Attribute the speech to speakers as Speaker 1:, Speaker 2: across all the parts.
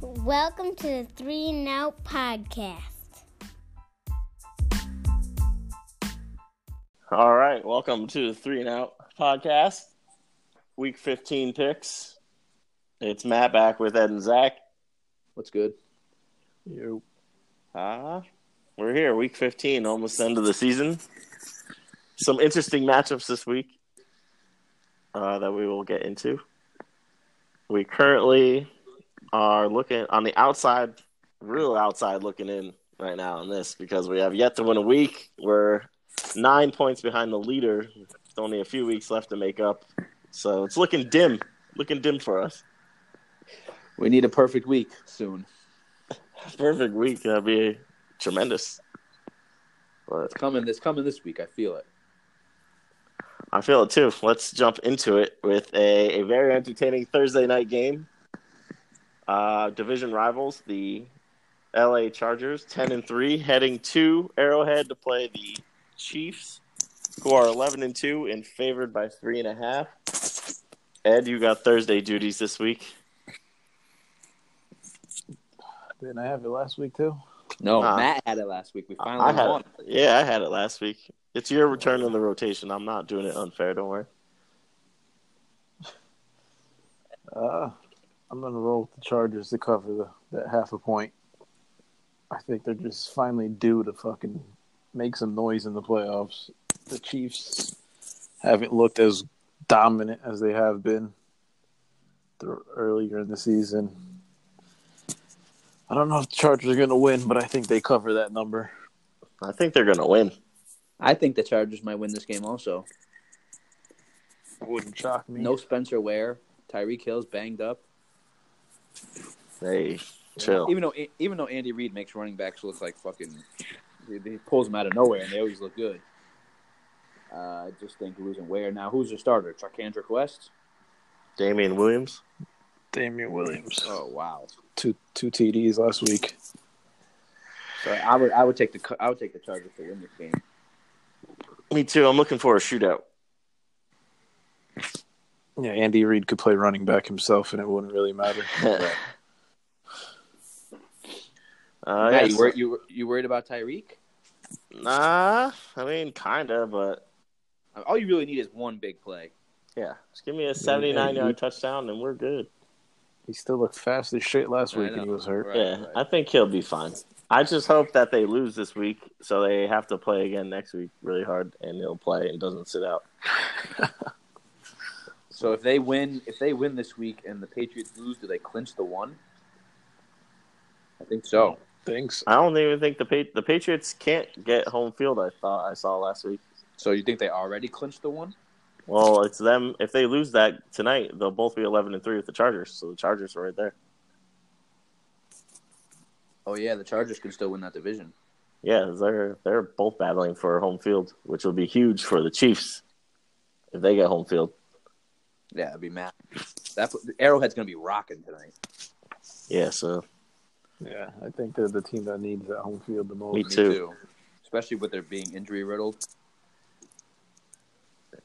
Speaker 1: Welcome to the Three and Out Podcast.
Speaker 2: All right, welcome to the Three and Out podcast. Week 15 picks. It's Matt back with Ed and Zach.
Speaker 3: What's good?
Speaker 2: Ah, we're here, week 15, almost end of the season. Some interesting matchups this week uh, that we will get into. We currently are looking on the outside, real outside looking in right now on this because we have yet to win a week. We're nine points behind the leader. With only a few weeks left to make up. So it's looking dim, looking dim for us.
Speaker 3: We need a perfect week soon.
Speaker 2: Perfect week. That'd be tremendous. But
Speaker 3: It's coming. It's coming this week. I feel it.
Speaker 2: I feel it too. Let's jump into it with a, a very entertaining Thursday night game. Uh, division rivals, the LA Chargers, 10 and 3, heading to Arrowhead to play the Chiefs, who are 11 and 2 and favored by 3.5. Ed, you got Thursday duties this week.
Speaker 4: Didn't I have it last week too?
Speaker 3: No,
Speaker 2: Nah.
Speaker 3: Matt had it last week. We
Speaker 2: I
Speaker 3: finally
Speaker 2: had
Speaker 3: won.
Speaker 2: it. Yeah, I had it last week. It's your return in the rotation. I'm not doing it unfair. Don't worry.
Speaker 4: Uh, I'm gonna roll with the Chargers to cover the that half a point. I think they're just finally due to fucking make some noise in the playoffs. The Chiefs haven't looked as dominant as they have been through earlier in the season. I don't know if the Chargers are gonna win, but I think they cover that number.
Speaker 2: I think they're going to win.
Speaker 3: I think the Chargers might win this game. Also,
Speaker 4: Wouldn't shock me.
Speaker 3: no Spencer Ware. Tyreek Hill's banged up.
Speaker 2: Hey, chill.
Speaker 3: Even though e, even though Andy Reid makes running backs look like fucking, he, he pulls them out of nowhere and they always look good. Uh, I just think losing Ware now. Who's your starter? Charkandrick West.
Speaker 2: Damian Williams.
Speaker 4: Damian Williams.
Speaker 3: Oh wow.
Speaker 4: Two two TDs last week.
Speaker 3: So I would I would take the I would take the Chargers to win this game.
Speaker 2: Me too. I'm looking for a shootout.
Speaker 4: Yeah, Andy Reid could play running back himself, and it wouldn't really matter.
Speaker 2: uh,
Speaker 3: Matt,
Speaker 2: Uh, yes.
Speaker 3: you, wor- you wor- you worried about Tyreek?
Speaker 2: Nah, I mean, kinda, but
Speaker 3: All you really need is one big play.
Speaker 2: yeah, just give me a 79 yard touchdown and we're good.
Speaker 4: He still looked fast as shit last
Speaker 3: I
Speaker 4: week, and
Speaker 3: know.
Speaker 4: he was hurt.
Speaker 3: Right,
Speaker 2: yeah,
Speaker 3: right.
Speaker 2: I think he'll be fine. I just hope that they lose this week, so they have to play again next week really hard, and he'll play and doesn't sit out.
Speaker 3: So if they win, if they win this week and the Patriots lose, do they clinch the one? I think so.
Speaker 4: Thanks.
Speaker 2: I don't even think the pa- the Patriots can't get home field. I thought I saw last week.
Speaker 3: So you think they already clinched the one?
Speaker 2: Well, it's them. If they lose that tonight, they'll both be 11 and three with the Chargers. So the Chargers are right there.
Speaker 3: Oh yeah, the Chargers can still win that division.
Speaker 2: Yeah, they're they're both battling for home field, which will be huge for the Chiefs if they get home field.
Speaker 3: Yeah, that'd be mad. That's what, Arrowhead's gonna be rocking tonight.
Speaker 2: Yeah, so
Speaker 4: Yeah, I think they're the team that needs that home field the
Speaker 2: Me
Speaker 4: most.
Speaker 2: too.
Speaker 3: especially with their being injury riddled.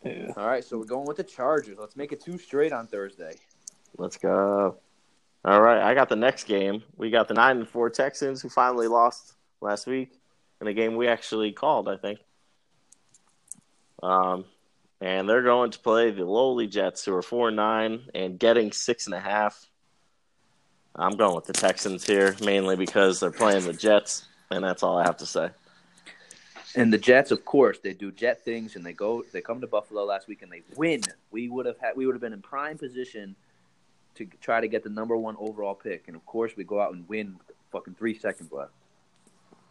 Speaker 4: Yeah.
Speaker 3: All right, so we're going with the Chargers. Let's make it two straight on Thursday.
Speaker 2: let's go. All right, I got the next game. We got the nine and four Texans who finally lost last week in a game we actually called, I think. Um, and they're going to play the lowly Jets, who are four and nine and getting six and a half. I'm going with the Texans here mainly because they're playing the Jets, and that's all I have to say.
Speaker 3: And the Jets, of course, they do Jet things, and they go. They come to Buffalo last week and they win. We would have had. We would have been in prime position to try to get the number one overall pick, and of course, we go out and win. With fucking three seconds left.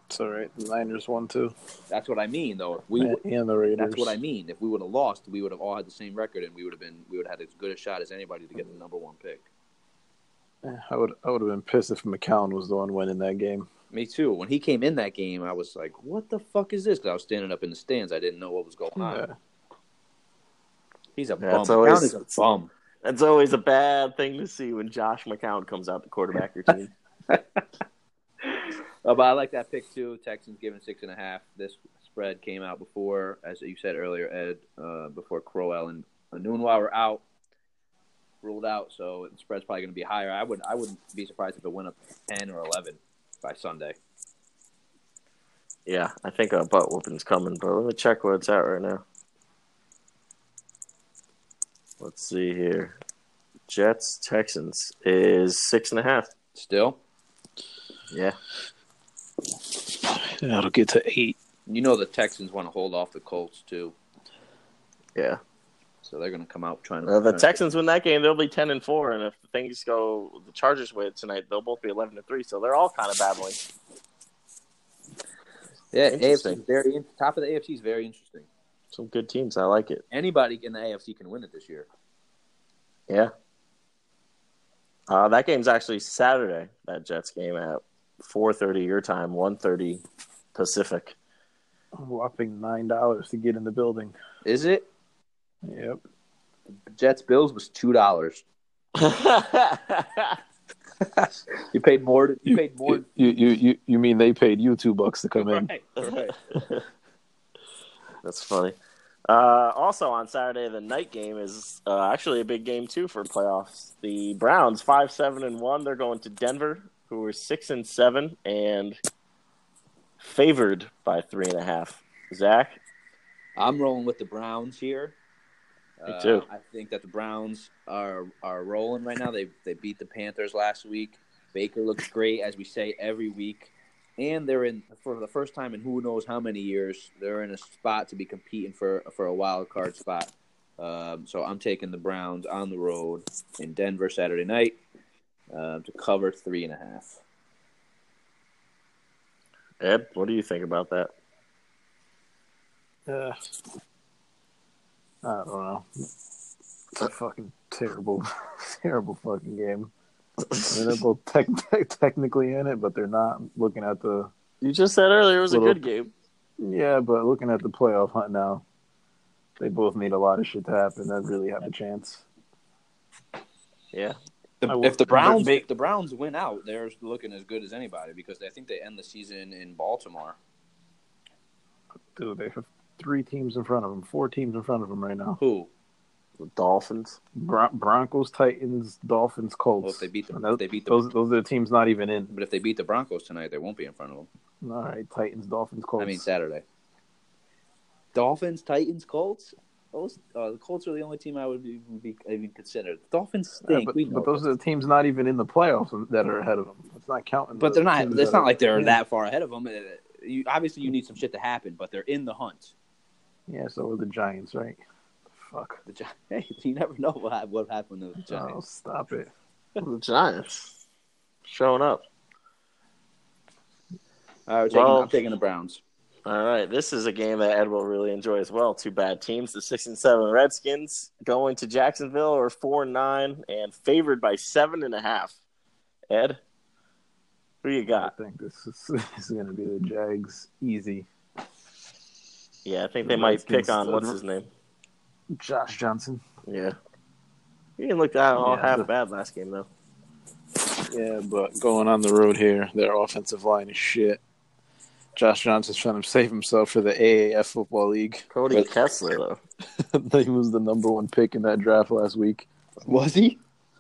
Speaker 4: It's all right. The Niners won too,
Speaker 3: That's what I mean, though. If we,
Speaker 4: we, and the Raiders.
Speaker 3: that's what I mean. If we would have lost, we would have all had the same record, and we would have been. We would have had as good a shot as anybody to get the number one pick.
Speaker 4: Eh, I would. I would have been pissed if McCown was the one winning that game.
Speaker 3: Me too. When he came in that game, I was like, "What the fuck is this?" 'Cause I was standing up in the stands. I didn't know what was going on.
Speaker 4: Yeah.
Speaker 3: He's a
Speaker 2: That's
Speaker 3: bum.
Speaker 2: always-
Speaker 3: Brown is a bum.
Speaker 2: That's always a bad thing to see when Josh McCown comes out to quarterback your team.
Speaker 3: Uh, but I like that pick too. Texans given six and a half. This spread came out before, as you said earlier, Ed, uh, before Crowell and Anunwa were out. ruled out, so the spread's probably going to be higher. I would I wouldn't be surprised if it went up ten or eleven by Sunday.
Speaker 2: Yeah, I think a butt whooping's coming, but let me check where it's at right now. Let's see here. Jets Texans is six and a half.
Speaker 3: Still,
Speaker 2: Yeah.
Speaker 4: That'll get to eight.
Speaker 3: you know the Texans want to hold off the Colts too,
Speaker 2: Yeah.
Speaker 3: so they're going to come out trying to.
Speaker 2: Uh, the
Speaker 3: trying to-
Speaker 2: Texans win that game, they'll be ten and four, and if things go the Chargers way tonight, they'll both be eleven and three. So they're all kind of battling.
Speaker 3: Yeah,
Speaker 2: Interesting.
Speaker 3: AFC is very in- top of the AFC is very interesting.
Speaker 2: Some good teams. I like it.
Speaker 3: Anybody in the AFC can win it this year.
Speaker 2: Yeah. Uh, that game's actually Saturday. That Jets game at four thirty your time, one thirty Pacific.
Speaker 4: A whopping nine dollars to get in the building.
Speaker 3: Is it?
Speaker 4: Yep.
Speaker 3: Jets Bills was two dollars. You paid more. To, you paid more.
Speaker 4: You, you you you mean they paid you two bucks to come in?
Speaker 3: Right, right.
Speaker 2: That's funny. Uh, also on Saturday, the night game is uh, actually a big game too for playoffs. The Browns five seven and one. They're going to Denver, who are six and seven and favored by three and a half. Zach,
Speaker 3: I'm rolling with the Browns here. Uh,
Speaker 2: Me too.
Speaker 3: I think that the Browns are are rolling right now. They they beat the Panthers last week. Baker looks great, as we say every week, and they're in for the first time in who knows how many years. They're in a spot to be competing for for a wild card spot. Um, so I'm taking the Browns on the road in Denver Saturday night um, to cover three and a half.
Speaker 2: Ed, what do you think about that?
Speaker 4: Uh, I don't know. It's a fucking terrible, terrible fucking game. I mean, they're both tech tech technically in it, but they're not. Looking at the
Speaker 2: You just said earlier it was a
Speaker 4: Little-
Speaker 2: good game.
Speaker 4: yeah, but looking at the playoff hunt now, they both need a lot of shit to happen to really have a chance.
Speaker 2: Yeah,
Speaker 4: I will-
Speaker 3: if the Browns if the Browns win out, they're looking as good as anybody because I think they end the season in Baltimore.
Speaker 4: Dude, they have three teams in front of them, four teams in front of them right now:
Speaker 3: Who?
Speaker 2: the Dolphins.
Speaker 4: Bron- Broncos, Titans, Dolphins, Colts.
Speaker 3: Well, if they beat the-
Speaker 4: And tho-
Speaker 3: they beat the-
Speaker 4: those. Those are the teams not even in.
Speaker 3: But if they beat the Broncos tonight, they won't be in front of them.
Speaker 4: All right, Titans, Dolphins, Colts.
Speaker 3: I mean Saturday. Dolphins, Titans, Colts. Those, uh, the Colts are the only team I would be, be even consider. The Dolphins
Speaker 4: Yeah,
Speaker 3: stink.
Speaker 4: but,
Speaker 3: we know
Speaker 4: but those
Speaker 3: that.
Speaker 4: are the teams not even in the playoffs that are ahead of them. It's not counting.
Speaker 3: but
Speaker 4: the
Speaker 3: they're not.
Speaker 4: teams
Speaker 3: It's
Speaker 4: that
Speaker 3: not
Speaker 4: are-
Speaker 3: like they're
Speaker 4: yeah.
Speaker 3: that far ahead of them. Uh, You, obviously, you need some shit to happen, but they're in the hunt.
Speaker 4: Yeah, so are the Giants, right? Fuck.
Speaker 3: The Gi- hey, you never know what hap- what happened to the
Speaker 4: Oh,
Speaker 3: Giants.
Speaker 4: stop it.
Speaker 2: The Giants showing up.
Speaker 3: All right, we're taking,
Speaker 2: Well-
Speaker 3: I'm taking the Browns.
Speaker 2: All right, this is a game that Ed will really enjoy as well. Two bad teams, the six and seven Redskins going to Jacksonville are four and nine and favored by seven and a half. Ed, who you
Speaker 4: I
Speaker 2: got?
Speaker 4: think this is, this is going to be the Jags easy.
Speaker 2: Yeah, I think they might pick on
Speaker 4: Redskins.
Speaker 2: what's his name.
Speaker 4: Josh Johnson.
Speaker 2: Yeah, he didn't look that all
Speaker 4: Yeah.
Speaker 2: half bad last game though.
Speaker 4: Yeah, but going on the road here, their offensive line is shit. Josh Johnson's trying to save himself for the AAF Football League.
Speaker 2: Cody
Speaker 3: But-
Speaker 2: Kessler though.
Speaker 4: he was the number one pick in that draft last week.
Speaker 3: Was he?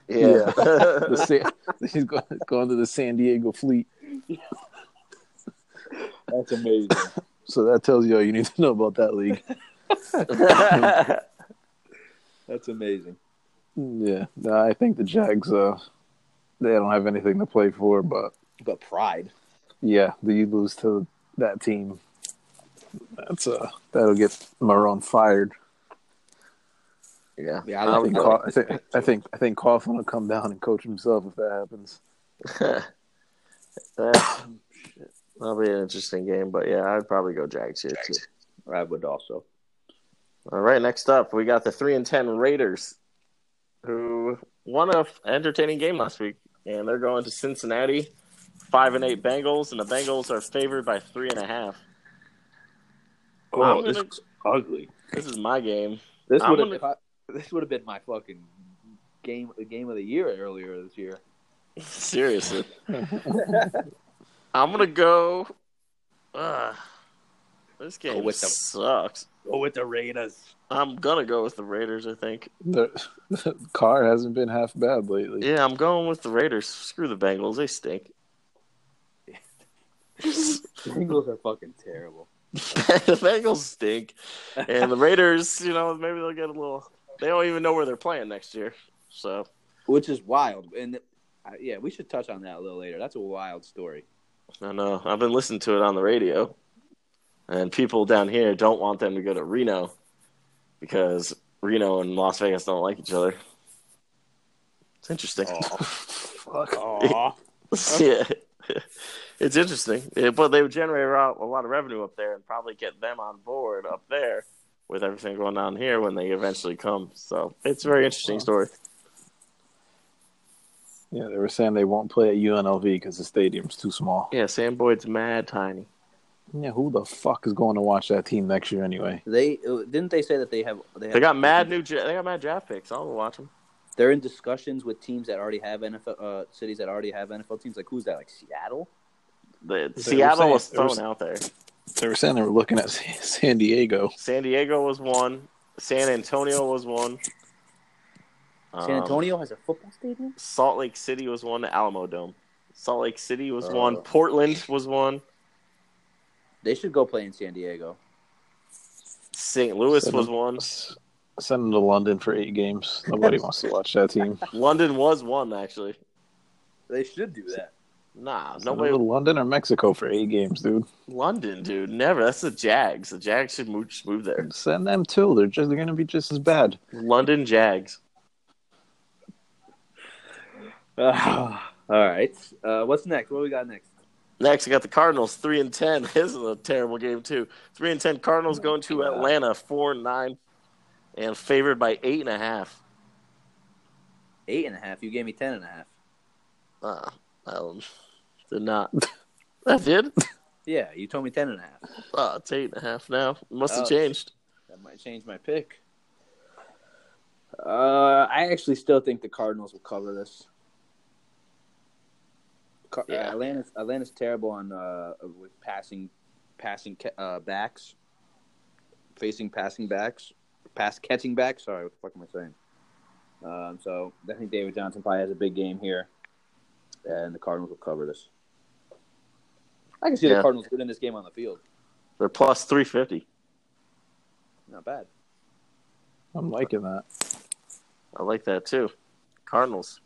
Speaker 4: Yeah. The Sa- he's go- going to the San Diego Fleet.
Speaker 3: That's amazing.
Speaker 4: So that tells you all you need to know about that league.
Speaker 3: That's amazing.
Speaker 4: Yeah, no, I think the Jags. Uh, they don't have anything to play for, but
Speaker 3: But pride.
Speaker 4: yeah, the you lose to that team. That's uh, that'll get Marone fired.
Speaker 2: Oh, yeah,
Speaker 3: Yeah, I
Speaker 4: I
Speaker 3: like
Speaker 4: think,
Speaker 3: I
Speaker 4: Cough-
Speaker 3: like
Speaker 4: I,
Speaker 3: this
Speaker 4: think
Speaker 3: pick,
Speaker 4: I
Speaker 3: too.
Speaker 4: think I think Coughlin will come down and coach himself if that happens.
Speaker 2: That- That'll be an interesting game, but yeah, I'd probably go Jags here too.
Speaker 3: I would also.
Speaker 2: All right, next up, we got the three and ten Raiders, who won a f- entertaining game last week, and they're going to Cincinnati, five and eight Bengals, and the Bengals are favored by three and a half. I'm gonna-
Speaker 3: ugly.
Speaker 2: This is my game.
Speaker 3: This
Speaker 2: I'm
Speaker 3: would
Speaker 2: gonna-
Speaker 3: have this would have been my fucking game game of the year earlier this year.
Speaker 2: Seriously, I'm gonna go. Uh, This game
Speaker 3: with them.
Speaker 2: sucks.
Speaker 3: Go Oh, with the Raiders.
Speaker 2: I'm gonna go with the Raiders. I think.
Speaker 4: The, the car hasn't been half bad lately.
Speaker 2: Yeah, I'm going with the Raiders. Screw the Bengals. They stink.
Speaker 3: Bengals are fucking terrible.
Speaker 2: the Bengals stink, and the Raiders. You know, maybe they'll get a little. They don't even know where they're playing next year. So
Speaker 3: Which is wild. And uh, yeah, we should touch on that a little later. That's a wild story.
Speaker 2: I know. uh, I've been listening to it on the radio, and people down here don't want them to go to Reno because Reno and Las Vegas don't like each other. It's interesting.
Speaker 4: Fuck.
Speaker 3: Aw.
Speaker 2: yeah, it's interesting. Yeah, but they would generate a a lot of revenue up there and probably get them on board up there with everything going on here when they eventually come. So it's a very interesting story.
Speaker 4: Yeah, they were saying they won't play at UNLV because the stadium's too small.
Speaker 2: Yeah, Sam Boyd's mad tiny.
Speaker 4: Yeah, who the fuck is going to watch that team next year anyway?
Speaker 3: They uh, didn't they say that they have have-
Speaker 2: They got mad new. dra- They got mad draft picks. I'll watch them.
Speaker 3: They're in discussions with teams that already have NFL uh, cities that already have NFL teams. Like who's that? Like Seattle.
Speaker 2: The,
Speaker 4: were
Speaker 2: Seattle was
Speaker 4: saying- they were
Speaker 2: thrown out there.
Speaker 4: They were saying they were looking at San San Diego.
Speaker 2: San Diego was one. San Antonio was one. Um,
Speaker 3: San Antonio has a football stadium.
Speaker 2: Salt Lake City was one. The Alamo Dome. Salt Lake City was
Speaker 3: Oh.
Speaker 2: one. Portland was one.
Speaker 3: They should go play in San Diego.
Speaker 2: St. Louis
Speaker 4: Send
Speaker 2: was
Speaker 4: them-
Speaker 2: one.
Speaker 4: s- Send them to London for eight games. Nobody wants to watch that team.
Speaker 2: London was one actually.
Speaker 3: They should do that.
Speaker 2: Nah,
Speaker 4: Send them
Speaker 2: nobody.
Speaker 4: to London or Mexico for eight games, dude.
Speaker 2: London, dude, never. That's the Jags. The Jags should move, just move there.
Speaker 4: Send them too. They're just they're gonna be just as bad.
Speaker 2: London Jags.
Speaker 3: all right. Uh, what's next? What do we got next?
Speaker 2: Next, we got the Cardinals, three and ten. This is a terrible game too. Three and ten. Cardinals going to Atlanta, four and nine, and favored by eight and a half.
Speaker 3: Eight and a half. You gave me ten and a half.
Speaker 2: Uh, I don't- did not. I did.
Speaker 3: Yeah, you told me ten and a half.
Speaker 2: Oh, it's eight and a half now. It must have
Speaker 3: Oh.
Speaker 2: changed.
Speaker 3: That might change my pick. Uh, I actually still think the Cardinals will cover this. Car-
Speaker 2: Yeah.
Speaker 3: uh, Atlanta's, Atlanta's terrible on uh, with passing, passing ca- uh, backs, facing passing backs, pass catching backs. Sorry, what the fuck am I saying? Um, so I think David Johnson probably has a big game here, and the Cardinals will cover this. I can see
Speaker 2: Yeah.
Speaker 3: the Cardinals winning this game on the field.
Speaker 2: They're plus three fifty.
Speaker 3: Not bad.
Speaker 4: I'm liking that.
Speaker 2: I like that too. Cardinals.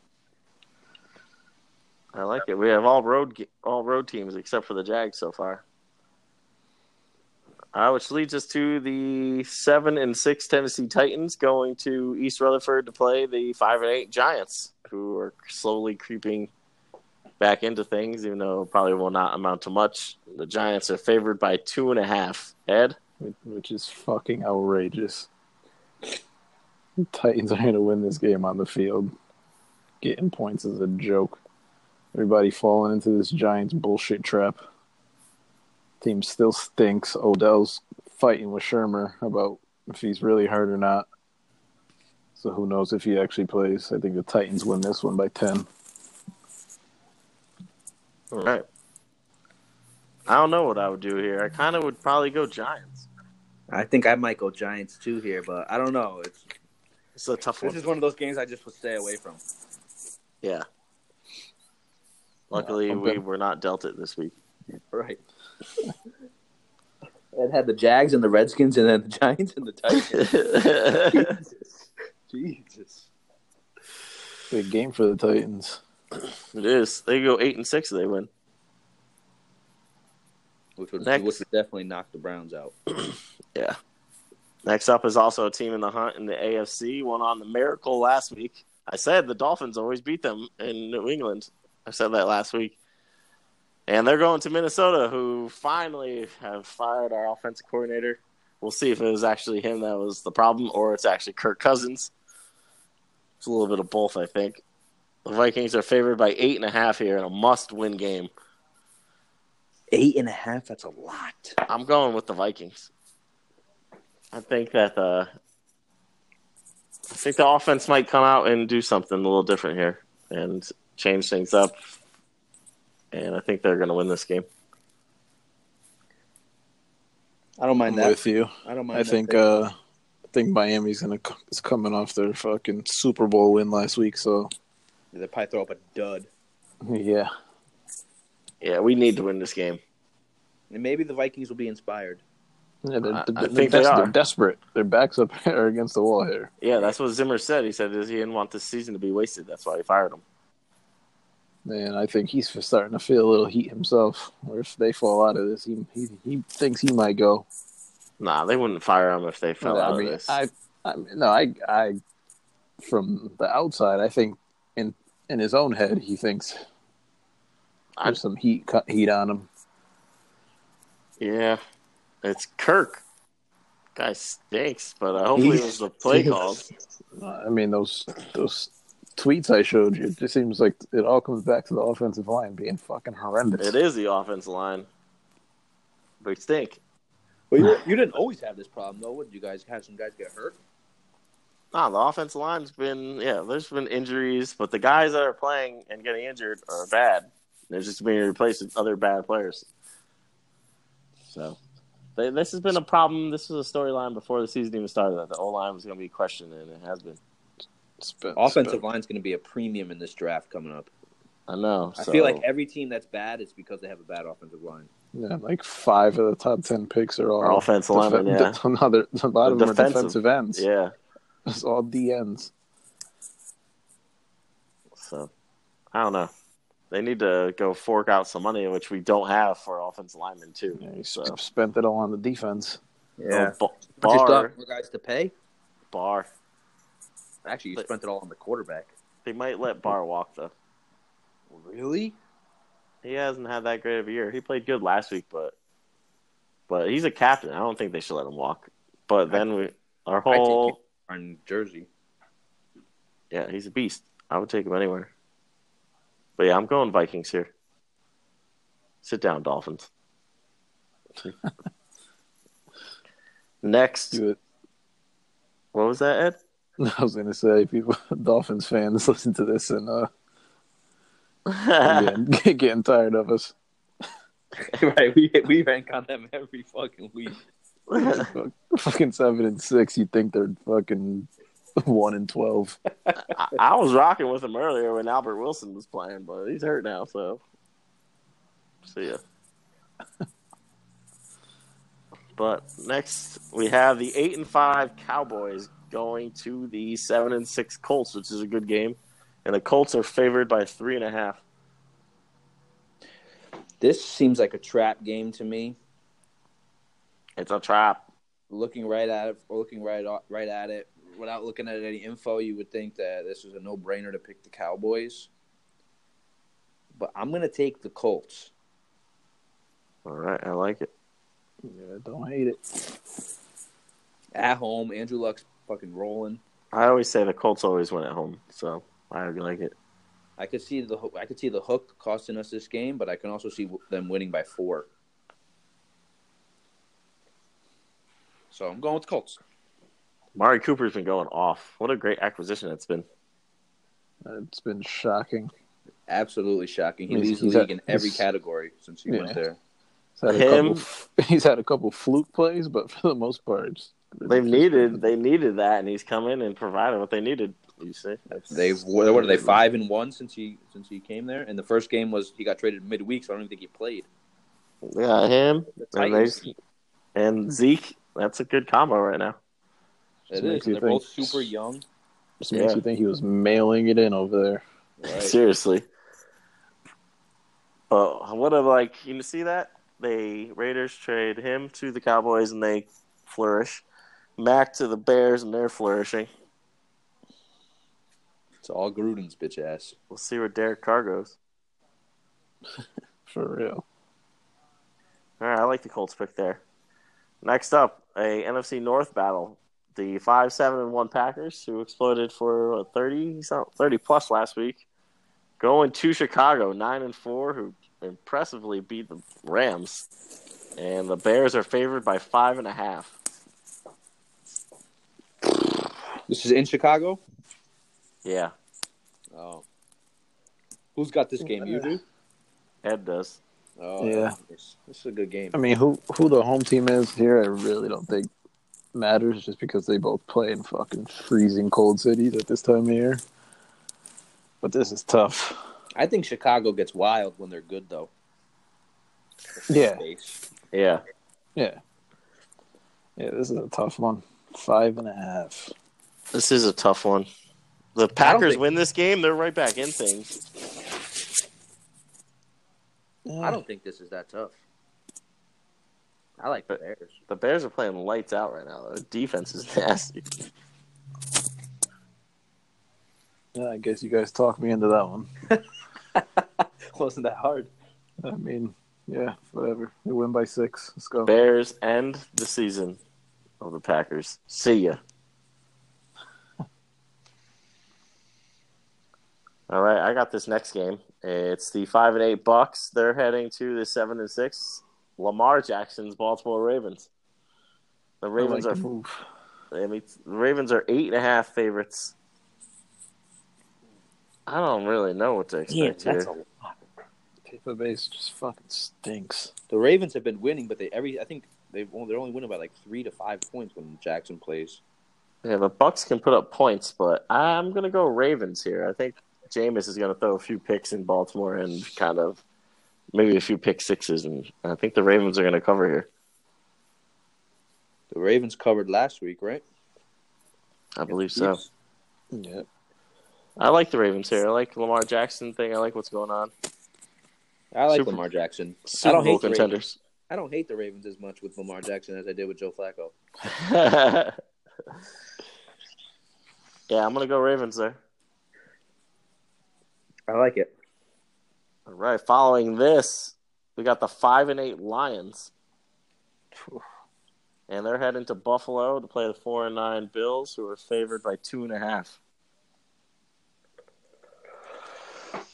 Speaker 2: I like it. We have all road ge- all road teams except for the Jags so far. Uh, which leads us to the seven and six Tennessee Titans going to East Rutherford to play the five and eight Giants, who are slowly creeping back into things, even though it probably will not amount to much. The Giants are favored by two and a half. Ed,
Speaker 4: which- which is fucking outrageous. The Titans are going to win this game on the field. Getting points is a joke. Everybody falling into this Giants bullshit trap. Team still stinks. Odell's fighting with Shermer about if he's really hurt or not. So who knows if he actually plays? I think the Titans win this one by 10.
Speaker 2: All right. I don't know what I would do here. I kind of would probably go Giants.
Speaker 3: I think I might go Giants too here, but I don't know. It's
Speaker 2: It's a tough
Speaker 3: This
Speaker 2: one.
Speaker 3: is one of those games I just would stay away from.
Speaker 2: Yeah. Luckily,
Speaker 4: Yeah, I'm
Speaker 2: we
Speaker 4: good.
Speaker 2: were not dealt it this week.
Speaker 3: Right. it had the Jags and the Redskins, and then the Giants and the Titans. Jesus, Jesus.
Speaker 4: Big game for the Titans.
Speaker 2: It is. They go eight and six. They win.
Speaker 3: Which would,
Speaker 2: Next.
Speaker 3: which would definitely knock the Browns out.
Speaker 2: Yeah. Next up is also a team in the hunt in the AFC. One on the miracle last week. I said the Dolphins always beat them in New England. I said that last week. And they're going to Minnesota, who finally have fired our offensive coordinator. We'll see if it was actually him that was the problem or it's actually Kirk Cousins. It's a little bit of both, I think. The Vikings are favored by eight and a half here in a must win game.
Speaker 3: Eight and a half. That's a lot.
Speaker 2: I'm going with the Vikings. I think that uh, I think the offense might come out and do something a little different here and change things up. And I think they're going to win this game.
Speaker 3: I don't
Speaker 4: I'm
Speaker 3: mind that.
Speaker 4: with you.
Speaker 3: I don't mind.
Speaker 4: I
Speaker 3: that
Speaker 4: think
Speaker 3: pick.
Speaker 4: uh, I think Miami's gonna c- is coming off their fucking Super Bowl win last week, so
Speaker 3: they probably throw up a dud,
Speaker 4: yeah,
Speaker 2: Yeah, we need to win this game.
Speaker 3: and maybe the Vikings will be inspired.
Speaker 4: yeah they're,
Speaker 2: I- I
Speaker 4: they're,
Speaker 2: think
Speaker 4: they're
Speaker 2: they
Speaker 4: des-
Speaker 2: are.
Speaker 4: they're desperate. Their backs up are against the wall here.
Speaker 2: Yeah, that's what Zimmer said. He said he didn't want this season to be wasted. That's why he fired him.
Speaker 4: Man, I think he's starting to feel a little heat himself. Or if they fall out of this, he he, he thinks he might go.
Speaker 2: Nah, they wouldn't fire him if they fell out
Speaker 4: I mean,
Speaker 2: of this.
Speaker 4: I, I mean, no, I, I, from the outside, I think in in his own head, he thinks
Speaker 2: I-
Speaker 4: there's some heat cu- heat on him.
Speaker 2: yeah, it's Kirk. Guy stinks, but uh, hopefully it was the play called.
Speaker 4: I mean, those those tweets I showed you, it just seems like it all comes back to the offensive line being fucking horrendous.
Speaker 2: It is the offensive line. They stink.
Speaker 3: Well, you, you didn't always have this problem though. Would you guys have some guys get hurt?
Speaker 2: Nah, the offensive line's been yeah. There's been injuries, but the guys that are playing and getting injured are bad. They're just being replaced with other bad players. So, they, this has been a problem. This was a storyline before the season even started. That the O line was going to be questioned, and it has been.
Speaker 4: It's been- it's
Speaker 3: Offensive
Speaker 4: been-
Speaker 3: line's going to be a premium in this draft coming up.
Speaker 2: I know. So,
Speaker 3: I feel like every team that's bad is because they have a bad offensive line.
Speaker 4: yeah, like five of the top ten picks are all
Speaker 2: Our offensive linemen, yeah.
Speaker 4: no, they're- a lot of them are
Speaker 2: Defensive.
Speaker 4: defensive ends.
Speaker 2: yeah.
Speaker 4: It's all DNs.
Speaker 2: So, I don't know. They need to go fork out some money, which we don't have for offensive linemen too.
Speaker 4: Yeah, you
Speaker 2: so,
Speaker 4: sp- spent it all on the defense.
Speaker 2: Oh,
Speaker 3: But you
Speaker 2: bar,
Speaker 3: still
Speaker 2: bar,
Speaker 3: have more guys to pay.
Speaker 2: bar.
Speaker 3: Actually, you
Speaker 2: But-
Speaker 3: spent it all on the quarterback.
Speaker 2: They might let Bar walk though.
Speaker 3: Really?
Speaker 2: He hasn't had that great of a year. He played good last week, but but he's a captain. I don't think they should let him walk. But then we our
Speaker 3: take
Speaker 2: whole
Speaker 3: On Jersey.
Speaker 2: yeah, he's a beast. I would take him anywhere. But yeah, I'm going Vikings here. Sit down, Dolphins. Next,
Speaker 4: Do it.
Speaker 2: what was that, Ed?
Speaker 4: I was gonna say, people, Dolphins fans, listen to this and uh, getting, getting tired of us.
Speaker 3: right. We we rank on them every fucking week.
Speaker 4: Fuck- fucking seven and six. You think they're fucking one and twelve?
Speaker 2: I, I was rocking with him earlier when Albert Wilson was playing, but he's hurt now, so see ya. but next we have the eight and five Cowboys going to the seven and six Colts, which is a good game. And the Colts are favored by three and a half.
Speaker 3: This seems like a trap game to me.
Speaker 2: It's a trap.
Speaker 3: looking right at it, looking right o- right at it, without looking at any info, you would think that this was a no brainer to pick the Cowboys. But I'm gonna take the Colts.
Speaker 2: All right, I like it.
Speaker 4: Yeah, don't hate it.
Speaker 3: At home, Andrew Luck's fucking rolling.
Speaker 2: I always say the Colts always win at home, so I like it.
Speaker 3: I could see the hook- I could see the hook costing us this game, but I can also see w- them winning by four. So I'm going with the Colts.
Speaker 2: Mari Cooper's been going off. What a great acquisition it's been.
Speaker 4: It's been shocking.
Speaker 3: Absolutely shocking. He
Speaker 4: He's-
Speaker 3: leads the
Speaker 4: he's at-
Speaker 3: league in every
Speaker 4: he's-
Speaker 3: category since he
Speaker 4: Yeah.
Speaker 3: went there.
Speaker 4: He's had a
Speaker 2: Him.
Speaker 4: couple. He's had a couple fluke plays, but for the most part, it's-
Speaker 2: They've needed they needed that, and he's come in and provided what they needed. You see,
Speaker 3: They've what are they five and one since he since he came there? And the first game was he got traded midweek, so I don't even think he played.
Speaker 2: They got him and,
Speaker 3: Titans.
Speaker 2: they, and Zeke. That's a good combo right now.
Speaker 3: It
Speaker 4: Just
Speaker 3: is.
Speaker 4: makes you
Speaker 3: They're both
Speaker 4: think.
Speaker 3: super young.
Speaker 4: Just makes
Speaker 2: Yeah.
Speaker 4: you think he was mailing it in over there.
Speaker 3: Right.
Speaker 2: Seriously. Oh, what a like! You see that they Raiders trade him to the Cowboys, and they flourish. Mac to the Bears, and they're flourishing.
Speaker 3: It's all Gruden's bitch ass.
Speaker 2: We'll see where Derek Carr goes.
Speaker 4: For real.
Speaker 2: All right, I like the Colts pick there. Next up, a NFC North battle. The five, seven, and one Packers, who exploded for what, 30, some- 30 plus last week, going to Chicago, nine and four, who impressively beat the Rams, and the Bears are favored by five and a half.
Speaker 3: This is in Chicago.
Speaker 2: Yeah,
Speaker 3: Oh, who's got this game? You do.
Speaker 2: Ed does.
Speaker 3: Oh,
Speaker 4: Yeah.
Speaker 3: This, this is a good game.
Speaker 4: I mean, who who the home team is here, I really don't think matters, just because they both play in fucking freezing cold cities at this time of year. But this is tough.
Speaker 3: I think Chicago gets wild when they're good, though.
Speaker 4: Yeah,
Speaker 3: Space.
Speaker 2: Yeah.
Speaker 4: yeah, yeah. This is a tough one. Five and a half.
Speaker 2: This is a tough one. The Packers
Speaker 3: think-
Speaker 2: win this game, they're right back in things.
Speaker 3: I don't think this is that tough. I like the
Speaker 2: But-
Speaker 3: Bears.
Speaker 2: The Bears are playing lights out right now. Their defense is nasty.
Speaker 4: Yeah, I guess you guys talked me into that one.
Speaker 3: Wasn't that hard?
Speaker 4: I mean, yeah, whatever. They win by six. Let's go.
Speaker 2: Bears end the season of the Packers. See ya. All right, I got this next game. It's the five and eight Bucks. They're heading to the seven and six Lamar Jackson's Baltimore Ravens. The
Speaker 4: I like
Speaker 2: Ravens
Speaker 4: the
Speaker 2: are
Speaker 4: move.
Speaker 2: I mean, the Ravens are eight and a half favorites. I don't really know what to expect here.
Speaker 4: Tampa Bay just fucking stinks.
Speaker 3: The Ravens have been winning, but they every I think they've only, they're only winning by like three to five points when Jackson plays.
Speaker 2: Yeah, the Bucks can put up points, but I'm gonna go Ravens here. I think Jameis is gonna throw a few picks in Baltimore and kind of maybe a few pick sixes, and I think the Ravens are gonna cover here.
Speaker 3: The Ravens covered last week, right?
Speaker 2: I believe so.
Speaker 3: Chiefs.
Speaker 4: Yeah.
Speaker 2: I like the Ravens here. I like Lamar Jackson thing. I like what's going on.
Speaker 3: I like
Speaker 2: Super-
Speaker 3: Lamar Jackson.
Speaker 2: Super
Speaker 3: I don't
Speaker 2: Bowl
Speaker 3: hate the Ravens.
Speaker 2: contenders.
Speaker 3: I don't hate the Ravens as much with Lamar Jackson as I did with Joe Flacco.
Speaker 2: yeah, I'm gonna go Ravens there.
Speaker 3: I like it.
Speaker 2: All right. Following this, we got the five and eight Lions, and they're heading to Buffalo to play the four and nine Bills, who are favored by two and a half.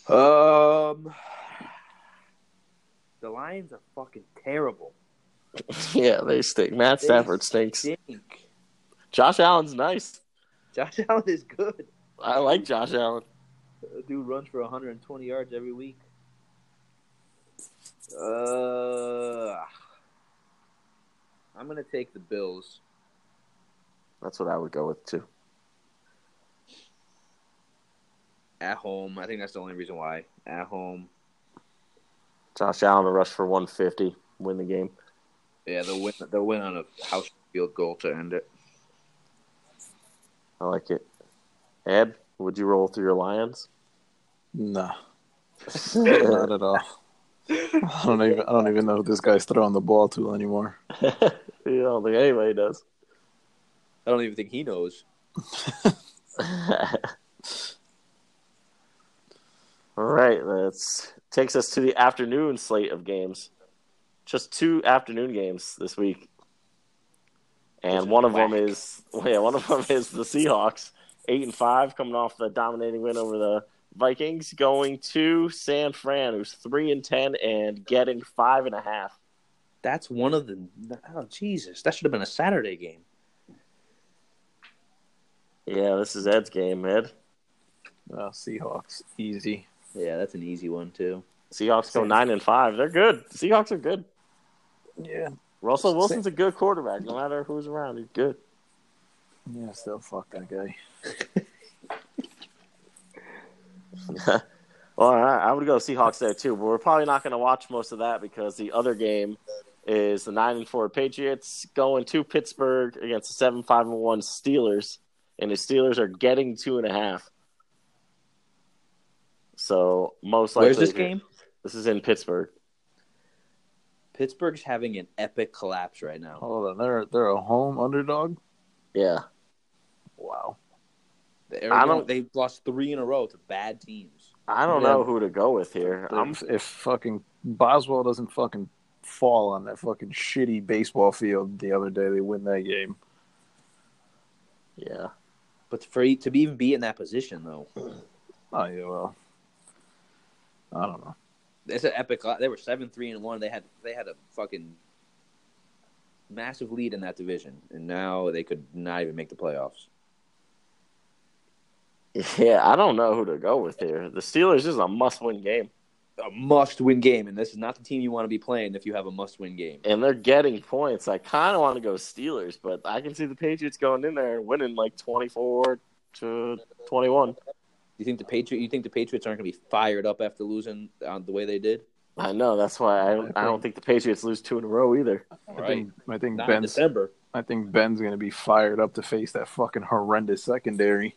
Speaker 3: Um, the Lions are fucking terrible.
Speaker 2: yeah, they stink. Matt
Speaker 3: They
Speaker 2: Stafford stinks.
Speaker 3: Stink.
Speaker 2: Josh Allen's nice.
Speaker 3: Josh Allen is good.
Speaker 2: I like Josh Allen.
Speaker 3: The dude runs for 120 yards every week. Uh, I'm gonna take the Bills.
Speaker 2: That's what I would go with too.
Speaker 3: at home. I think that's the only reason why. At home.
Speaker 2: Josh Allen to rush for 150, win the game.
Speaker 3: Yeah, they'll win they'll win on a house field goal to end it.
Speaker 2: I like it. Ed, would you roll through your Lions?
Speaker 4: Nah, not at all. I don't even. I don't even know who this guy's throwing the ball to anymore.
Speaker 2: you don't think anybody does.
Speaker 3: I don't even think he knows.
Speaker 2: All right, that takes us to the afternoon slate of games. Just two afternoon games this week, and one of them is yeah, one of them is the Seahawks, eight and five, coming off the dominating win over the Vikings, going to San Fran, who's three and ten and getting five and a half.
Speaker 3: That's one of the oh Jesus. That should have been a Saturday game.
Speaker 2: Yeah, this is Ed's game, Ed.
Speaker 4: Uh, Seahawks, easy.
Speaker 3: Yeah, that's an easy one too.
Speaker 2: Seahawks go nine and five. They're good. Seahawks are good.
Speaker 4: Yeah.
Speaker 2: Russell Wilson's a good quarterback. No matter who's around, he's good.
Speaker 4: Yeah. Still, fuck that guy.
Speaker 2: Well, I, I would go Seahawks there too, but we're probably not going to watch most of that because the other game is the nine and four Patriots going to Pittsburgh against the seven five and one Steelers, and the Steelers are getting two and a half. So most likely,
Speaker 3: Where's this game?
Speaker 2: This is in Pittsburgh.
Speaker 3: Pittsburgh's having an epic collapse right now.
Speaker 4: Hold on. They're they're a home underdog.
Speaker 2: Yeah,
Speaker 4: Wow.
Speaker 3: They're-
Speaker 2: I don't-
Speaker 3: they've lost three in a row to bad teams.
Speaker 2: I don't
Speaker 4: Yeah.
Speaker 2: know who to go with here. I'm
Speaker 4: If, if fucking Boswell doesn't fucking fall on that fucking shitty baseball field the other day, they win that game.
Speaker 2: yeah.
Speaker 3: But for to be, even be in that position though,
Speaker 4: Oh yeah. Well, I don't know.
Speaker 3: it's an epic. They were seven three and one. They had they had a fucking massive lead in that division, and now they could not even make the playoffs.
Speaker 2: Yeah, I don't know who to go with here. The Steelers is a must-win game.
Speaker 3: a must-win game, and this is not the team you want to be playing if you have a must-win game.
Speaker 2: and they're getting points. I kind of want to go Steelers, but I can see the Patriots going in there and winning like 24 to 21.
Speaker 3: You think the Patriot? You think the Patriots aren't going to be fired up after losing uh, the way they did?
Speaker 2: I know that's why I don't, I don't think the Patriots lose two in a row either.
Speaker 3: All
Speaker 4: I think, I think
Speaker 3: not in
Speaker 4: Ben's.
Speaker 3: December.
Speaker 4: I think Ben's gonna be fired up to face that fucking horrendous secondary.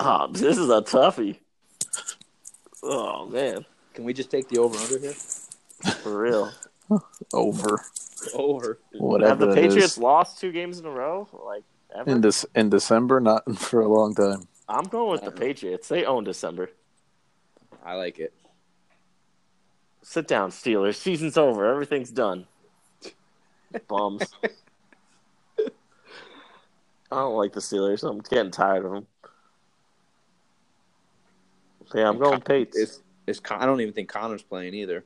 Speaker 2: Oh, this is a toughie. Oh man,
Speaker 3: Can we just take the over/under here?
Speaker 2: for real.
Speaker 4: Over
Speaker 3: Over.
Speaker 2: Have
Speaker 4: whatever
Speaker 2: the
Speaker 4: it is.
Speaker 2: Patriots lost two games in a row? Like ever?
Speaker 4: in this in December, not for a long time.
Speaker 2: I'm going with the Patriots. They own December.
Speaker 3: I like it.
Speaker 2: Sit down, Steelers. Season's over. Everything's done. Bums. I don't like the Steelers. I'm getting tired of them. So, yeah, I'm going Pates.
Speaker 3: It's, it's Con- I don't even think Connor's playing either.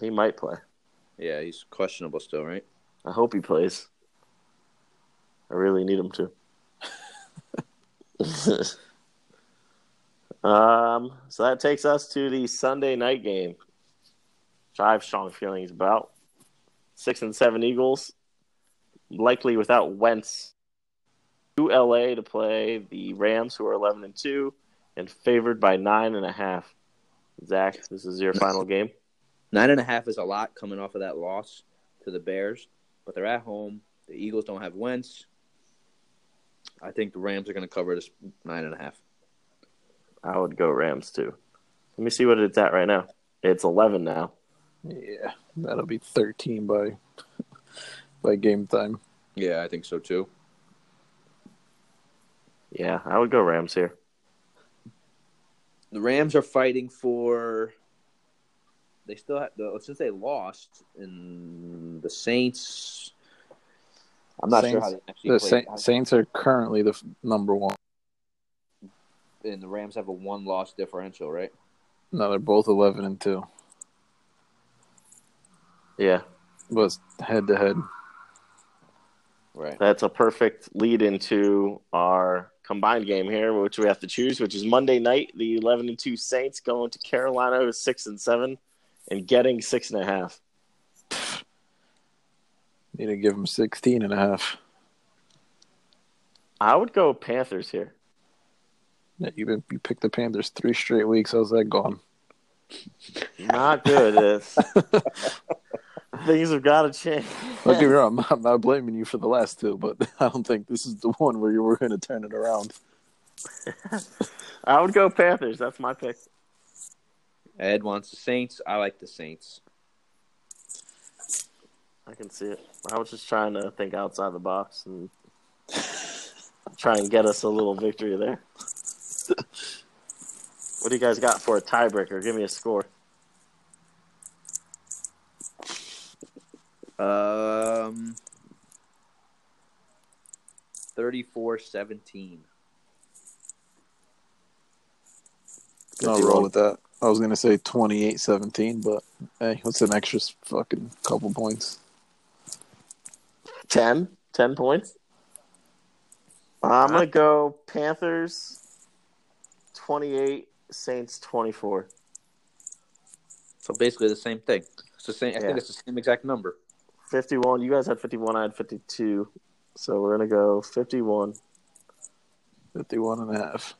Speaker 2: He might play.
Speaker 3: Yeah, he's questionable still, right?
Speaker 2: I hope he plays. I really need him to. um, so that takes us to the Sunday night game, which I have strong feelings about. Six and seven Eagles, likely without Wentz, to LA to play the Rams, who are eleven and two, and favored by nine and a half. Zach, this is your final game.
Speaker 3: Nine and a half is a lot coming off of that loss to the Bears, but they're at home. The Eagles don't have Wentz. I think the Rams are going to cover this nine and a half.
Speaker 2: I would go Rams too. Let me see what it's at right now. It's eleven now.
Speaker 4: Yeah, that'll be thirteen by by game time.
Speaker 3: Yeah, I think so too.
Speaker 2: Yeah, I would go Rams here.
Speaker 3: The Rams are fighting for. They still have. though, Since they lost in the Saints, I'm not sure
Speaker 4: Saints-
Speaker 3: how they actually
Speaker 4: The
Speaker 3: played.
Speaker 4: Sa- Saints are currently the f- number one.
Speaker 3: and the Rams have a one loss differential, right?
Speaker 4: No, they're both eleven and two,
Speaker 2: Yeah,
Speaker 4: but head to head.
Speaker 3: Right.
Speaker 2: that's a perfect lead into our combined game here, which we have to choose, which is Monday night. The eleven and two Saints going to Carolina, who's six and seven, and getting six and a half.
Speaker 4: Need to give them 16 and a half.
Speaker 2: I would go Panthers here.
Speaker 4: Yeah, you, been, you picked the Panthers three straight weeks. How's that gone?
Speaker 2: Not good. It's- Things have got to change.
Speaker 4: Don't get me wrong, I'm not, I'm not blaming you for the last two, but I don't think this is the one where you were going to turn it around.
Speaker 2: I would go Panthers. That's my pick.
Speaker 3: Ed wants the Saints. I like the Saints.
Speaker 2: I can see it. I was just trying to think outside the box and try and get us a little victory there. What do you guys got for a tiebreaker? Give me a score.
Speaker 3: Um, 34-17.
Speaker 4: Not roll with that. I was going to say 28 17, but hey, what's an extra s- fucking couple points?
Speaker 2: 10? 10 points? I'm going to go Panthers 28, Saints 24.
Speaker 3: So basically the same thing. It's the same. I
Speaker 2: Yeah.
Speaker 3: think it's the same exact number.
Speaker 2: 51. You guys had 51. I had 52. So we're going to go 51.
Speaker 4: 51 and a half.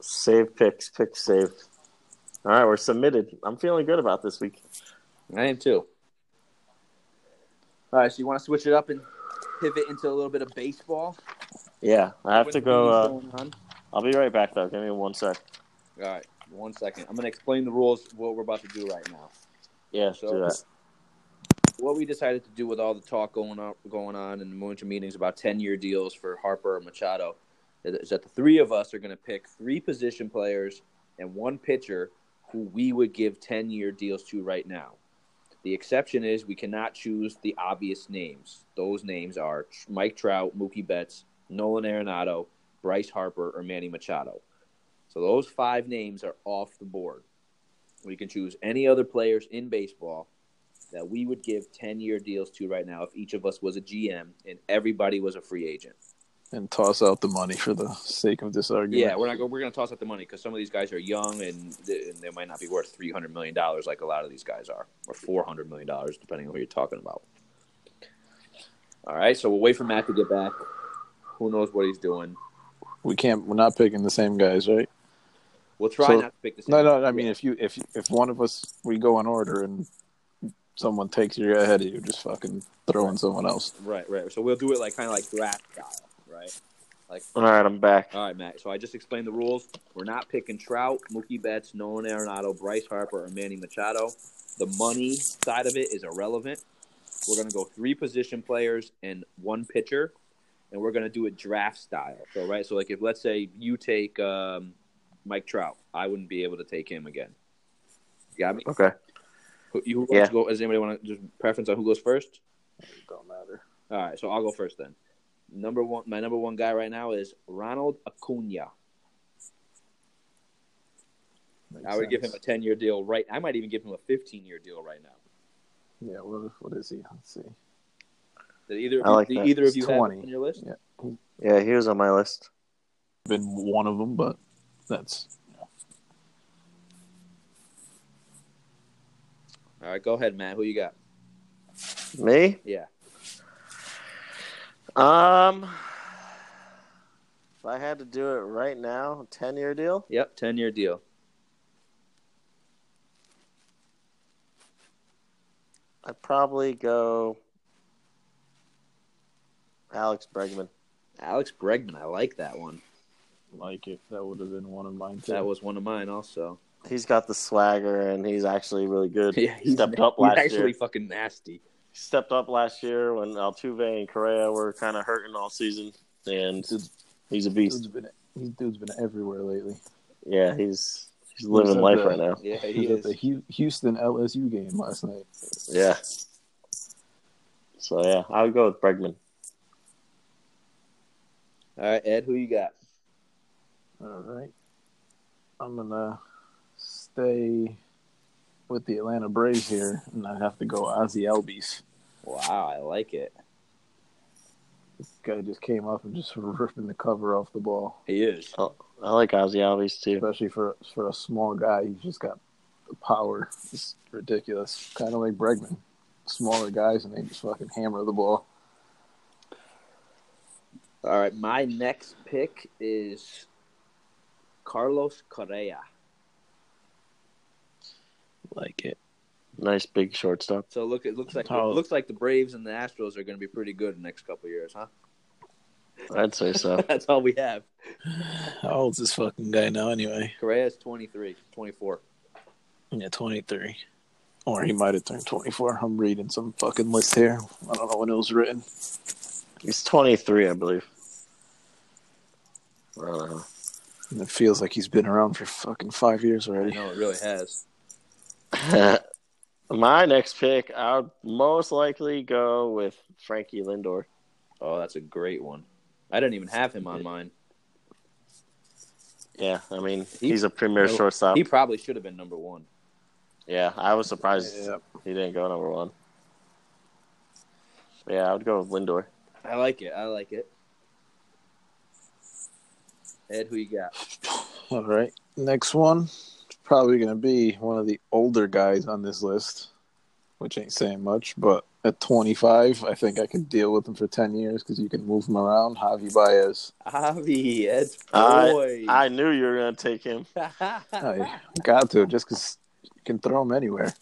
Speaker 2: Save picks. Pick saved. All right, we're submitted. I'm feeling good about this week.
Speaker 3: I am too. All right, so you want to switch it up and pivot into a little bit of baseball?
Speaker 2: Yeah, I have to go. Uh,
Speaker 3: All
Speaker 2: I'll be right back though. Give me one sec.
Speaker 3: right, one second. I'm going to explain the rules, what we're about to do right now.
Speaker 2: Yeah,
Speaker 3: So-
Speaker 2: do that.
Speaker 3: what we decided to do with all the talk going on going on in the Moonshine meetings about ten year deals for Harper and Machado is that the three of us are going to pick three position players and one pitcher who we would give ten year deals to right now. The exception is we cannot choose the obvious names. Those names are Mike Trout, Mookie Betts, Nolan Arenado, Bryce Harper, or Manny Machado. So those five names are off the board. We can choose any other players in baseball that we would give 10 year deals to right now if each of us was a GM and everybody was a free agent.
Speaker 4: and toss out the money for the sake of this argument.
Speaker 3: Yeah, we're not. go- We're going to toss out the money because some of these guys are young and they, and they might not be worth three hundred million dollars like a lot of these guys are, or four hundred million dollars depending on who you're talking about. All right, so we'll wait for Matt to get back. Who knows what he's doing?
Speaker 4: we can't. We're not picking the same guys, right?
Speaker 3: We'll try
Speaker 4: So-
Speaker 3: not to pick the same.
Speaker 4: No, no. I mean, if you if if one of us we go in order and someone takes you ahead of you, just fucking throw in someone else.
Speaker 3: right, right. So we'll do it like kind of like draft style, right? Like
Speaker 2: All right, I'm back.
Speaker 3: All right, Matt. So I just explained the rules. We're not picking Trout, Mookie Betts, Nolan Arenado, Bryce Harper, or Manny Machado. The money side of it is irrelevant. We're going to go three position players and one pitcher, and we're going to do it draft style. So, right? So, like, if let's say you take um, Mike Trout, I wouldn't be able to take him again. You got me?
Speaker 2: Okay.
Speaker 3: Who, you, who
Speaker 2: Yeah.
Speaker 3: wants to go? Does anybody want to just preference on who goes first?
Speaker 4: Don't matter.
Speaker 3: All right, so I'll go first then. Number one, my number one guy right now is Ronald Acuna. I would give him a 10 year deal right I might even give him a 15 year deal right now.
Speaker 4: yeah. What, what is he? Let's see.
Speaker 3: Did either of
Speaker 2: I
Speaker 3: you,
Speaker 2: like
Speaker 3: did
Speaker 2: that.
Speaker 3: either of
Speaker 4: It's
Speaker 3: you have
Speaker 4: 20.
Speaker 3: him on your list?
Speaker 4: Yeah.
Speaker 2: Yeah, he was on my list.
Speaker 4: Been one of them, but that's
Speaker 3: All right, go ahead, Matt. Who you got?
Speaker 2: Me?
Speaker 3: Yeah.
Speaker 2: Um, if I had to do it right now, ten year deal.
Speaker 3: Yep, 10 year deal.
Speaker 2: I'd probably go Alex Bregman.
Speaker 3: Alex Bregman, I like that one.
Speaker 4: like it. That would have been one of mine too.
Speaker 3: That was one of mine also.
Speaker 2: He's got the swagger, and he's actually really good.
Speaker 3: Yeah,
Speaker 2: he
Speaker 3: he's,
Speaker 2: stepped
Speaker 3: na-
Speaker 2: up last
Speaker 3: he's actually
Speaker 2: year.
Speaker 3: fucking nasty.
Speaker 2: He stepped up last year when Altuve and Correa were kind of hurting all season, and he's a
Speaker 4: Dude's
Speaker 2: beast.
Speaker 4: been he's dude's been everywhere lately.
Speaker 2: Yeah, he's he's
Speaker 4: He's
Speaker 2: living
Speaker 4: at
Speaker 2: life
Speaker 4: the-
Speaker 2: right now.
Speaker 3: Yeah,
Speaker 4: He
Speaker 3: he
Speaker 4: was at the
Speaker 3: is.
Speaker 4: Hu- Houston LSU game last night.
Speaker 2: Yeah. So yeah, I would go with Bregman.
Speaker 3: All right, Ed, who you got?
Speaker 4: All right. I'm going to stay with the Atlanta Braves here, and I have to go Ozzy Albies.
Speaker 3: Wow, I like it.
Speaker 4: This guy just came up and just ripping the cover off the ball.
Speaker 3: He is.
Speaker 2: I like Ozzy Albies too.
Speaker 4: Especially for for a small guy, he's just got the power. It's ridiculous. Kind of like Bregman. Smaller guys, and they just fucking hammer the ball.
Speaker 3: All right, my next pick is Carlos Correa.
Speaker 4: Like it.
Speaker 2: Nice big shortstop.
Speaker 3: So look, it looks like
Speaker 4: Oh.
Speaker 3: it looks like the Braves and the Astros are going to be pretty good in the next couple of years, huh?
Speaker 2: I'd say so.
Speaker 3: That's all we have.
Speaker 4: How old's this fucking guy now, anyway?
Speaker 3: Correa is 23, 24.
Speaker 4: Yeah, 23. Or he might have turned 24. I'm reading some fucking list here. I don't know when it was written.
Speaker 2: He's 23, I believe. I don't know.
Speaker 4: And it feels like he's been around for fucking five years
Speaker 3: I
Speaker 4: already.
Speaker 3: know it really has.
Speaker 2: My next pick, I would most likely go with Frankie Lindor.
Speaker 3: Oh, that's a great one. I didn't even have him on mine.
Speaker 2: Yeah, I mean
Speaker 3: He-
Speaker 2: he's a premier
Speaker 3: no,
Speaker 2: shortstop.
Speaker 3: He probably should have been number one.
Speaker 2: yeah, I was surprised
Speaker 4: Yeah.
Speaker 2: he didn't go number one. Yeah, I would go with Lindor.
Speaker 3: I like it. I like it. Ed, who you got?
Speaker 4: All right. Next one. Probably going to be one of the older guys on this list, which ain't saying much, but at 25, I think I could deal with him for 10 years because you can move him around. Javi Baez.
Speaker 3: Avi, Ed's
Speaker 2: I-
Speaker 3: boy.
Speaker 2: I Oh, knew you were gonna take him.
Speaker 3: Oh,
Speaker 4: I got to just because you can throw him anywhere.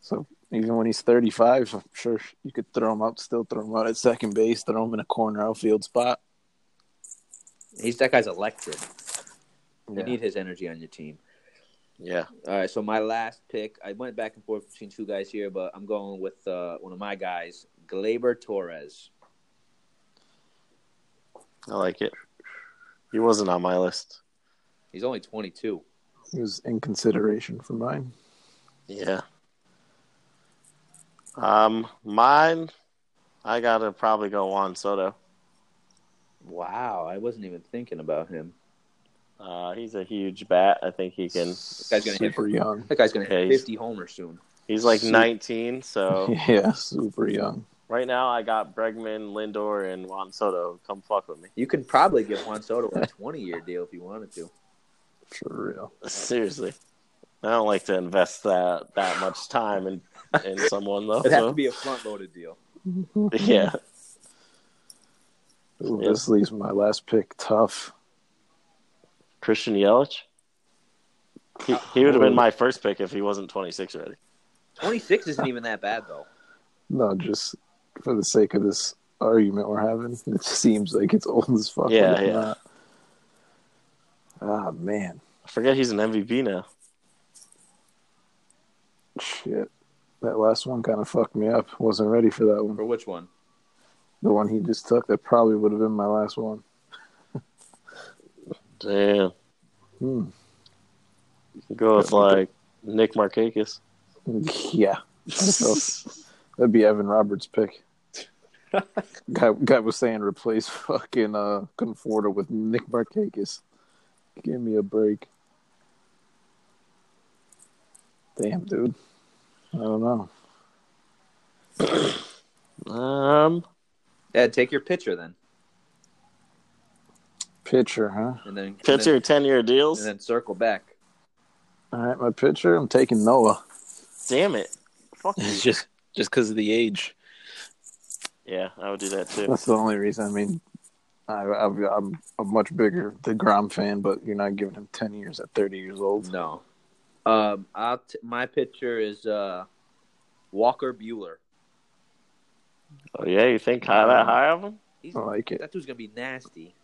Speaker 4: So even when he's 35, I'm sure you could throw him out, still throw him out at second base, throw him in a corner outfield spot.
Speaker 3: He's that guy's electric. You
Speaker 4: Yeah.
Speaker 3: need his energy on your team.
Speaker 2: Yeah.
Speaker 3: All right, so my last pick, I went back and forth between two guys here, but I'm going with uh, one of my guys, Glaber Torres.
Speaker 2: I like it. He wasn't on my list.
Speaker 3: He's only 22.
Speaker 4: He was in consideration for mine.
Speaker 2: Yeah. Um, mine, I gotta probably go Juan Soto.
Speaker 3: Wow, I wasn't even thinking about him.
Speaker 2: Uh, he's a huge bat. I think he can.
Speaker 3: guy's gonna hit
Speaker 4: super young.
Speaker 3: That guy's going to
Speaker 2: Yeah,
Speaker 3: hit
Speaker 2: he's-
Speaker 3: 50 homers soon.
Speaker 2: He's like
Speaker 4: Shoot.
Speaker 2: 19, so
Speaker 4: Yeah, super young.
Speaker 2: Right now, I got Bregman, Lindor, and Juan Soto. Come fuck with me.
Speaker 3: You can probably get Juan Soto a 20 year deal if you wanted to.
Speaker 4: For real.
Speaker 2: Seriously, I don't like to invest that that much time in in someone though.
Speaker 3: It'd have
Speaker 2: so-
Speaker 3: to be a front loaded deal.
Speaker 2: yeah,
Speaker 4: Ooh, This leaves my last pick tough.
Speaker 2: Christian Yelich. He, he would have been my first pick if he wasn't 26 already.
Speaker 3: 26 isn't even that bad, though.
Speaker 4: No, just for the sake of this argument we're having, it seems like it's old as fuck. but
Speaker 2: Yeah,
Speaker 4: it's
Speaker 2: yeah.
Speaker 4: not. Ah, man.
Speaker 2: I forget he's an MVP now.
Speaker 4: Shit. That last one kind of fucked me up. Wasn't ready for that one.
Speaker 3: For which one?
Speaker 4: The one he just took, that probably would have been my last one.
Speaker 2: Damn,
Speaker 4: Hmm.
Speaker 2: go with like Nick Markakis.
Speaker 4: Yeah. That'd be Evan Roberts' pick. guy, guy was saying replace fucking uh, Conforto with Nick Markakis. Give me a break. Damn, dude. I don't know.
Speaker 2: um,
Speaker 3: Ed, Uh, take your pitcher then.
Speaker 4: Pitcher, huh?
Speaker 3: And then
Speaker 2: pitcher
Speaker 3: And
Speaker 2: 10 year
Speaker 3: then,
Speaker 2: deals.
Speaker 3: and then circle back.
Speaker 4: All right, my pitcher. I'm taking Noah.
Speaker 2: Damn it. Fuck you.
Speaker 4: just just because of the age.
Speaker 2: Yeah, I would do that too.
Speaker 4: That's the only reason. I mean, I, I, I'm a much bigger Degrom fan, but you're not giving him 10 years at 30 years old.
Speaker 3: No. Um, I'll t- my pitcher is uh, Walker Bueller.
Speaker 2: Oh yeah, you think high, that high of him?
Speaker 3: He's,
Speaker 4: I like it.
Speaker 3: that dude's going to be nasty.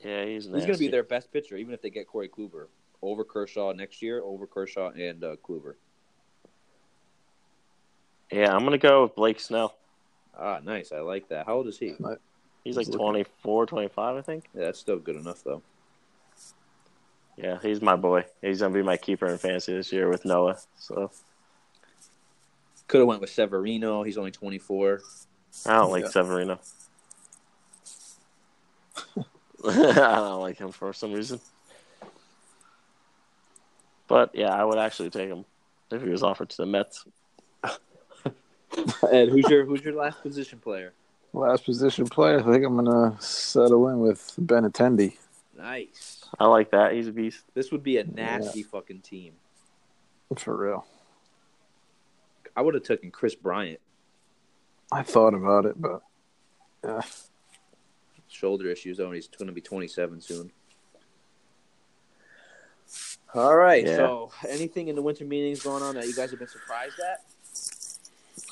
Speaker 2: Yeah, he's nasty.
Speaker 3: He's going to be their best pitcher, even if they get Corey Kluber. Over Kershaw next year, over Kershaw and uh, Kluber.
Speaker 2: Yeah, I'm gonna go with Blake Snell.
Speaker 3: Ah, nice. I like that. How old is he?
Speaker 4: Uh,
Speaker 3: Yeah,
Speaker 2: He's like
Speaker 4: He's looking-
Speaker 2: 24, 25, I think.
Speaker 3: that's still good enough, though.
Speaker 2: Yeah, he's my boy. He's gonna be my keeper in fantasy this year with Noah. So
Speaker 3: Could have went with Severino. He's only 24.
Speaker 2: I don't like
Speaker 4: Yeah.
Speaker 2: Severino. I don't like him for some reason. But yeah, I would actually take him if he was offered to the Mets.
Speaker 3: Ed, who's your who's your last position player?
Speaker 4: Last position player, I think I'm gonna settle in with Ben Attendee.
Speaker 3: Nice.
Speaker 2: I like that. He's a beast.
Speaker 3: This would be a nasty fucking team.
Speaker 4: For real.
Speaker 3: I would have taken Chris Bryant,
Speaker 4: I thought about it, but uh,
Speaker 3: shoulder issues. Oh, and he's going to be 27 soon. All right.
Speaker 2: Yeah.
Speaker 3: So, anything in the winter meetings going on that you guys have been surprised at?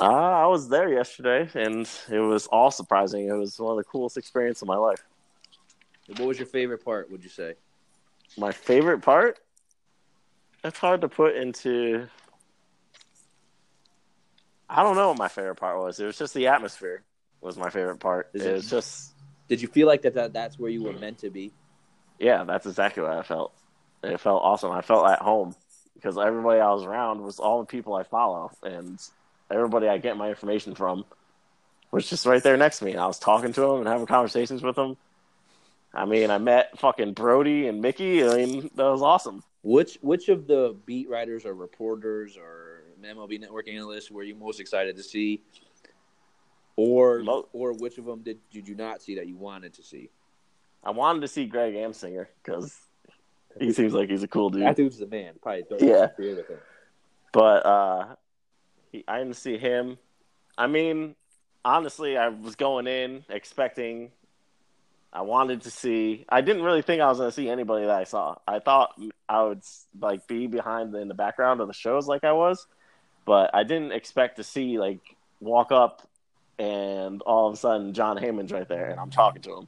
Speaker 2: Uh, I was there yesterday, and it was all surprising. It was one of the coolest experiences of my life.
Speaker 3: What was your favorite part? Would you say?
Speaker 2: My favorite part? That's hard to put into. I don't know what my favorite part was. It was just the atmosphere was my favorite part.
Speaker 3: Is
Speaker 2: it,
Speaker 3: it-
Speaker 2: was just
Speaker 3: Did you feel like that, that that's where you were meant to be?
Speaker 2: yeah, that's exactly what I felt. It felt awesome. I felt at home because everybody I was around was all the people I follow and everybody I get my information from was just right there next to me. And I was talking to them and having conversations with them. I mean, I met fucking Brody and Mickey. I mean, that was awesome.
Speaker 3: Which which of the beat writers or reporters or MLB network analysts were you most excited to see, or
Speaker 2: Mo-
Speaker 3: or which of them did did you not see that you wanted to see?
Speaker 2: I wanted to see Greg Amsinger because he seems like he's a cool
Speaker 3: That
Speaker 2: dude.
Speaker 3: dude's the man. Probably don't
Speaker 2: Mm. Yeah.
Speaker 3: interfere with him.
Speaker 2: But uh, he, I didn't see him. I mean, honestly, I was going in expecting. I wanted to see. I didn't really think I was going to see anybody that I saw. I thought I would like be behind in the background of the shows like I was, but I didn't expect to see like walk up and all of a sudden John Heyman's right there and I'm talking to him,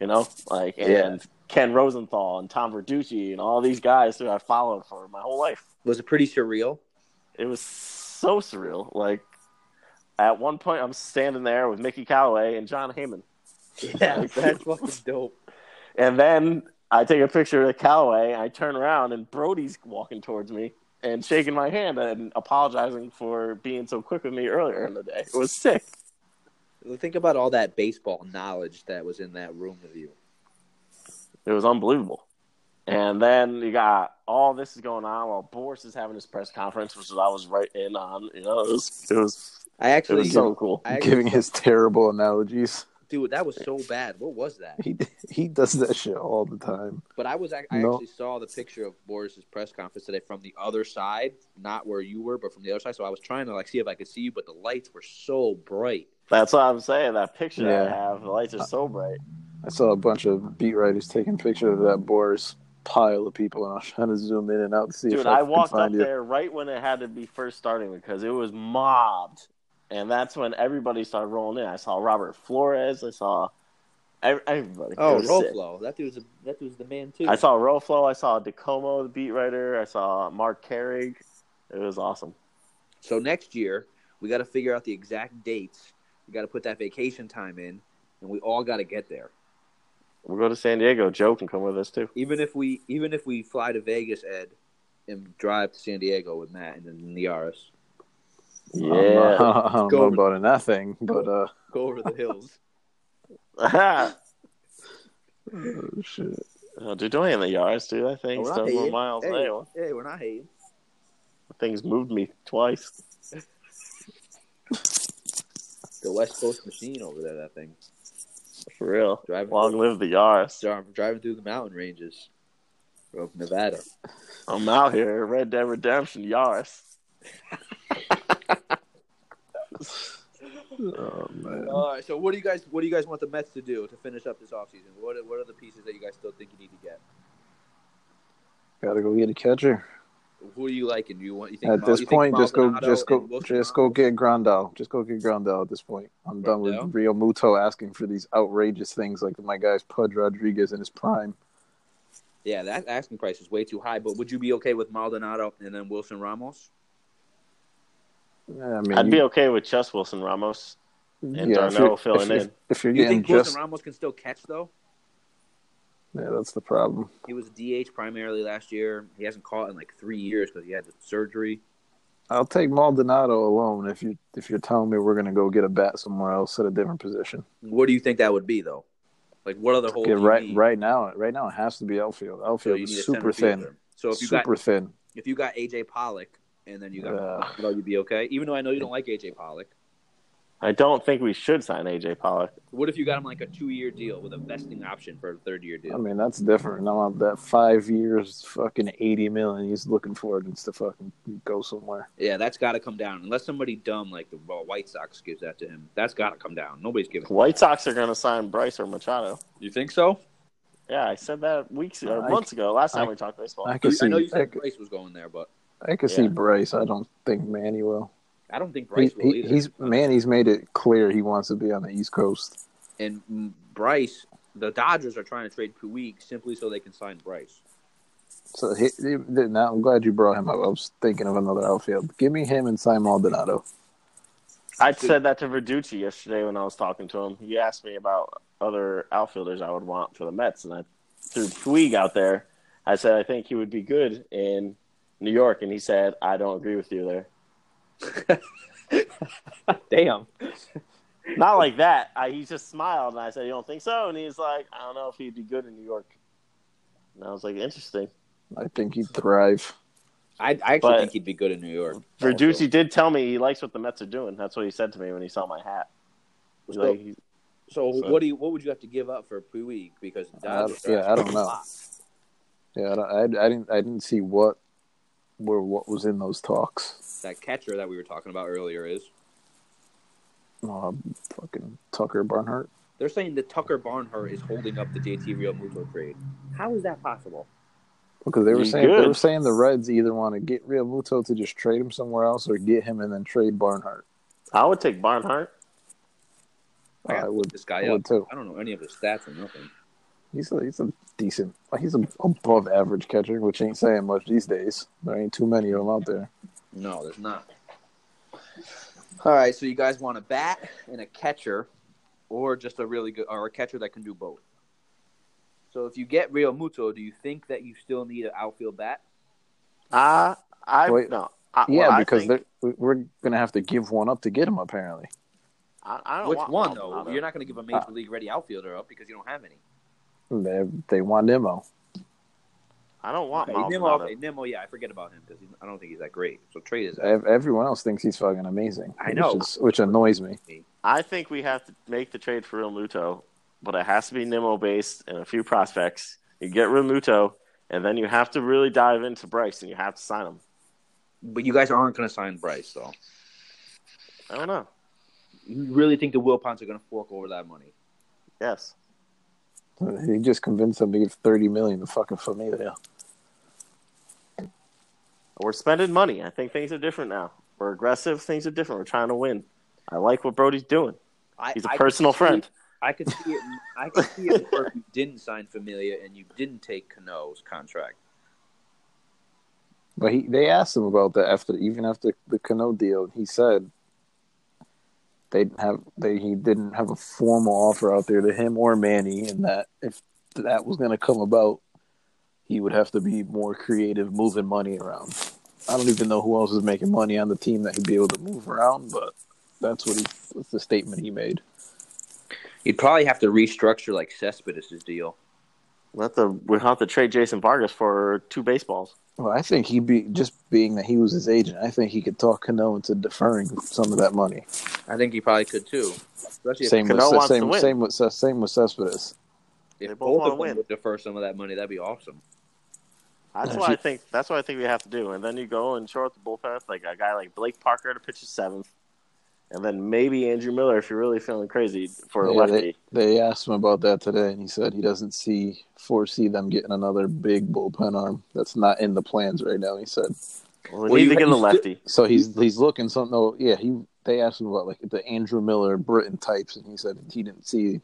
Speaker 2: you know, like and
Speaker 3: Yeah.
Speaker 2: Ken Rosenthal and Tom Verducci and all these guys who I followed for my whole life
Speaker 3: Was it pretty surreal?
Speaker 2: it was so surreal. Like at one point, I'm standing there with Mickey Callaway and John Heyman,
Speaker 3: Yeah, that's fucking dope.
Speaker 2: and then I take a picture of Callaway. I turn around and Brody's walking towards me and shaking my hand and apologizing for being so quick with me earlier in the day. It was sick.
Speaker 3: Think about all that baseball knowledge that was in that room with you.
Speaker 2: It was unbelievable. And then you got all this is going on while Boris is having his press conference, which I was right in on. You know, it was it was,
Speaker 3: I
Speaker 2: it
Speaker 3: actually,
Speaker 2: was so cool.
Speaker 3: I actually-
Speaker 4: Giving his terrible analogies.
Speaker 3: dude, that was so bad. What was that?
Speaker 4: He he does that shit all the time.
Speaker 3: But I was I, I
Speaker 4: No.
Speaker 3: actually saw the picture of Boris's press conference today from the other side, not where you were, but from the other side. So I was trying to like see if I could see you, but the lights were so bright.
Speaker 2: That's what I'm saying. That picture I
Speaker 4: Yeah.
Speaker 2: have, the lights are so bright.
Speaker 4: I saw a bunch of beat writers taking pictures of that Boris pile of people, and I was trying to zoom in and out to see if
Speaker 2: Dude,
Speaker 4: I,
Speaker 2: I
Speaker 4: could
Speaker 2: walked up
Speaker 4: find you.
Speaker 2: there right when it had to be first starting because it was mobbed, and that's when everybody started rolling in. I saw Robert Flores. I saw ev- everybody. It
Speaker 3: Oh,
Speaker 2: was sick.
Speaker 3: Roflo, that dudude's a, that dude's the man too.
Speaker 2: I saw Roflo. I saw DeComo, the beat writer. I saw Mark Carrig. It was awesome.
Speaker 3: So next year we got to figure out the exact dates. We got to put that vacation time in, and we all got to get there.
Speaker 2: We'll go to San Diego. Joe can come with us too.
Speaker 3: Even if we even if we fly to Vegas, Ed, and drive to San Diego with Matt and then the RS,
Speaker 4: I don't know,
Speaker 2: Yeah.
Speaker 4: I don't know
Speaker 3: Go.
Speaker 4: about nothing, but uh,
Speaker 3: go over the hills.
Speaker 4: oh, shit.
Speaker 2: oh, they're doing it in the yards, dude. I think
Speaker 3: Oh,
Speaker 2: seven
Speaker 3: right.
Speaker 2: more miles.
Speaker 3: hey,
Speaker 2: Anyway,
Speaker 3: hey, we're not hating.
Speaker 2: things moved me twice.
Speaker 3: The West Coast machine over there. That thing.
Speaker 2: For real.
Speaker 3: Driving
Speaker 2: Long live the yards.
Speaker 3: So I'm driving through the mountain ranges of Nevada.
Speaker 2: I'm out here. Red Dead Redemption yards.
Speaker 4: Oh, man.
Speaker 3: All right. So what do you guys what do you guys want the Mets to do to finish up this offseason? What are, what are the pieces that you guys still think you need to get?
Speaker 4: Gotta go get a catcher.
Speaker 3: Who are you liking? Do you want you think
Speaker 4: at
Speaker 3: Mal-
Speaker 4: this
Speaker 3: you think
Speaker 4: point, just go,
Speaker 3: Maldonado
Speaker 4: just go,
Speaker 3: and Wilson
Speaker 4: just
Speaker 3: Ramos?
Speaker 4: go get Grandal. Just go get Grandal at this point. I'm done with
Speaker 3: Grandal?
Speaker 4: Rio Muto asking for these outrageous things like my guy's Pudge Rodriguez in his prime.
Speaker 3: Yeah, that asking price is way too high. But would you be okay with Maldonado and then Wilson Ramos?
Speaker 4: Yeah, I mean,
Speaker 2: I'd
Speaker 4: you-
Speaker 2: be okay with Chess Wilson Ramos. and
Speaker 4: yeah, if
Speaker 2: Darnell
Speaker 4: you're,
Speaker 2: filling
Speaker 4: if, if-
Speaker 2: in.
Speaker 4: if you're
Speaker 3: You
Speaker 4: getting
Speaker 3: think
Speaker 4: just,
Speaker 3: Wilson Ramos can still catch though?
Speaker 4: yeah, that's the problem.
Speaker 3: He was DH primarily last year. He hasn't caught in like three years because he had the surgery.
Speaker 4: I'll take Maldonado alone if you if you're telling me we're gonna go get a bat somewhere else at a different position.
Speaker 3: What do you think that would be though? Like what other holes?
Speaker 4: Yeah,
Speaker 3: do you
Speaker 4: right
Speaker 3: need?
Speaker 4: right now, right now it has to be outfield.
Speaker 3: E So
Speaker 4: Outfield
Speaker 3: you need a
Speaker 4: is
Speaker 3: center
Speaker 4: super thin,
Speaker 3: fielder. So if you got
Speaker 4: super thin.
Speaker 3: if you got AJ Pollock and then you got
Speaker 4: Ugh.
Speaker 3: Maldonado, you'd be okay. Even though I know you don't like AJ Pollock,
Speaker 2: I don't think we should sign AJ Pollock.
Speaker 3: what if you got him like a two-year deal with a vesting option for a third-year
Speaker 4: I
Speaker 3: deal?
Speaker 4: mean, that's different. Now that five years, fucking eighty million he's looking for needs to fucking go somewhere.
Speaker 3: Yeah, that's got to come down unless somebody dumb like the well, White Sox gives that to him. That's got to come down. Nobody's giving.
Speaker 2: White Sox are going to sign Bryce or Machado.
Speaker 3: You think so?
Speaker 2: Yeah, I said that weeks or
Speaker 4: I-
Speaker 2: months ago. Last time
Speaker 4: I-
Speaker 2: we talked baseball.
Speaker 4: I
Speaker 3: I,
Speaker 4: could see,
Speaker 3: know you
Speaker 4: I,
Speaker 3: said Bryce was going there, but
Speaker 4: I could
Speaker 2: Yeah.
Speaker 4: see Bryce. I don't think Manny will.
Speaker 3: I don't think
Speaker 4: He,
Speaker 3: Bryce will
Speaker 4: he,
Speaker 3: either.
Speaker 4: he's Manny's made it clear he wants to be on the East Coast.
Speaker 3: and mm, Bryce, the Dodgers are trying to trade Puig simply so they can sign Bryce.
Speaker 4: So he, he, now I'm glad you brought him up. I was thinking of another outfield. Give me him and Simon Maldonado.
Speaker 2: I said that to Verducci yesterday when I was talking to him. He asked me about other outfielders I would want for the Mets, and I threw Puig out there. I said I think he would be good in New York, and he said I don't agree with you there.
Speaker 3: Damn.
Speaker 2: Not like that. I, he just smiled, and I said you don't think so, and he's like I don't know if he'd be good in New York. And I was like interesting.
Speaker 4: I think he'd thrive.
Speaker 3: I, I actually
Speaker 2: But-
Speaker 3: think he'd be good in New York.
Speaker 2: Verducci did tell me he likes what the Mets are doing. That's what he said to me when he saw my hat. He's
Speaker 3: So-
Speaker 2: like, he-
Speaker 3: So,
Speaker 2: So-
Speaker 3: what do you, what would you have to give up for Puig? Because the
Speaker 4: I-
Speaker 3: Dodgers are
Speaker 4: yeah, I don't
Speaker 3: actually-
Speaker 4: know. Yeah, I, don't- I, I didn't. I didn't see what were what was in those talks.
Speaker 3: That catcher that we were talking about earlier is
Speaker 4: Uh, fucking Tucker Barnhart.
Speaker 3: they're saying that Tucker Barnhart is holding up the JT Real Muto trade. How is that possible?
Speaker 4: Because they were
Speaker 2: He's
Speaker 4: saying they
Speaker 2: good.
Speaker 4: were saying the Reds either want to get Real Muto to just trade him somewhere else or get him and then trade Barnhart.
Speaker 2: I would take Barnhart.
Speaker 3: I
Speaker 4: I
Speaker 3: got
Speaker 4: would.
Speaker 3: this guy
Speaker 4: I
Speaker 3: up.
Speaker 4: would too.
Speaker 3: I don't know any of his stats or nothing.
Speaker 4: He's a, he's a decent. He's a above average catcher, which ain't saying much these days. There ain't too many of them out there.
Speaker 3: No, there's not. All right, so you guys want a bat and a catcher, or just a really good or a catcher that can do both. So if you get Real Muto, do you think that you still need an outfield bat?
Speaker 2: Uh, I
Speaker 4: Wait.
Speaker 2: no. I,
Speaker 4: yeah,
Speaker 2: well, I
Speaker 4: because
Speaker 2: think-
Speaker 4: they're we- we're gonna have to give one up to get him. Apparently,
Speaker 2: I, I don't
Speaker 3: Which
Speaker 2: want
Speaker 3: one though?
Speaker 2: Maldonado.
Speaker 3: You're not going to give a major league ready outfielder up because you don't have any.
Speaker 4: they they want Nemo.
Speaker 2: I don't want
Speaker 3: Okay,
Speaker 2: Miles
Speaker 3: Nimmo,
Speaker 2: Mount.
Speaker 3: okay, Nimmo, yeah, I forget about him because I don't think he's that great. So trade is
Speaker 4: Ev- Everyone else thinks he's fucking amazing.
Speaker 3: I know.
Speaker 4: which, is, which annoys me.
Speaker 2: I think we have to make the trade for Real Muto, but it has to be Nimmo based and a few prospects. You get Real Muto, and then you have to really dive into Bryce, and you have to sign him.
Speaker 3: But you guys aren't going to sign Bryce, though.
Speaker 2: I don't know.
Speaker 3: You really think the Wilpons are going to fork over that money?
Speaker 2: Yes,
Speaker 4: He just convinced them to give thirty million to fucking Familia.
Speaker 2: we're spending money. I think things are different now. We're aggressive. Things are different. We're trying to win. I like what Brody's doing.
Speaker 3: I,
Speaker 2: He's a
Speaker 3: I could
Speaker 2: personal
Speaker 3: see-
Speaker 2: friend.
Speaker 3: I could see it. I could see it where you didn't sign Familia and you didn't take Cano's contract.
Speaker 4: But he, they asked him about that after, even after the Cano deal. He said they didn't have they he didn't have a formal offer out there to him or Manny, and that if that was going to come about, he would have to be more creative moving money around. I don't even know who else is making money on the team that he'd be able to move around, but that's what he that's the statement he made.
Speaker 3: You'd probably have to restructure like Cespedes' deal.
Speaker 2: Let the we have to trade Jason Vargas for two baseballs.
Speaker 4: Well, I think he'd be just being that he was his agent. I think he could talk Cano into deferring some of that money.
Speaker 3: I think you probably could too. Especially
Speaker 4: Same with,
Speaker 2: Cano wants to
Speaker 4: same,
Speaker 2: win.
Speaker 4: same with same with Cespedes.
Speaker 3: if,
Speaker 2: they both
Speaker 3: if both,
Speaker 2: wanna
Speaker 3: of
Speaker 2: win.
Speaker 3: them would defer some of that money, that'd be awesome.
Speaker 2: That's
Speaker 4: Yeah,
Speaker 2: what
Speaker 4: she-
Speaker 2: I think. That's what I think we have to do. And then you go and shore up the bullpen with like a guy like Blake Parker to pitch a seventh, and then maybe Andrew Miller if you're really feeling crazy for a
Speaker 4: Yeah,
Speaker 2: lefty.
Speaker 4: they, they asked him about that today, and he said he doesn't see foresee them getting another big bullpen arm. That's not in the plans right now. He said
Speaker 2: Well, they
Speaker 3: Well,
Speaker 2: need
Speaker 3: you-
Speaker 2: to get a
Speaker 3: you still-
Speaker 2: lefty.
Speaker 4: so. He's he's looking something. Oh, yeah, he they asked him about like the Andrew Miller Britain types, and he said he didn't see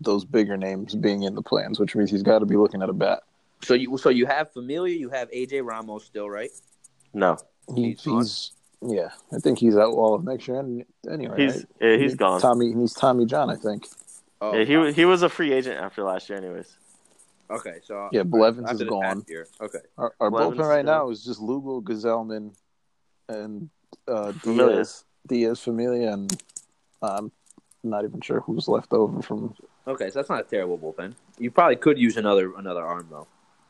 Speaker 4: those bigger names being in the plans, which means he's got to be looking at a bat.
Speaker 3: So you so you have Familia, you have AJ Ramos still, right?
Speaker 2: No,
Speaker 4: He,
Speaker 3: He's
Speaker 4: he's, yeah, I think he's out all of next year. And anyway,
Speaker 2: he's
Speaker 4: right?
Speaker 2: yeah, he's gone.
Speaker 4: Tommy, he's Tommy John, I think.
Speaker 3: Oh,
Speaker 2: Yeah, he wa- he was a free agent after last year, anyways.
Speaker 3: okay. So
Speaker 4: Yeah, Blevins
Speaker 3: after
Speaker 4: is
Speaker 3: the
Speaker 4: gone.
Speaker 3: past year. Okay.
Speaker 4: Our, our
Speaker 2: Levin's
Speaker 4: bullpen right
Speaker 2: good.
Speaker 4: now is just Lugo, Gazelman, and uh,
Speaker 2: Familia.
Speaker 4: Diaz, Diaz, Familia, and I'm not even sure who's left over from.
Speaker 3: Okay, so that's not a terrible bullpen. You probably could use another another arm though.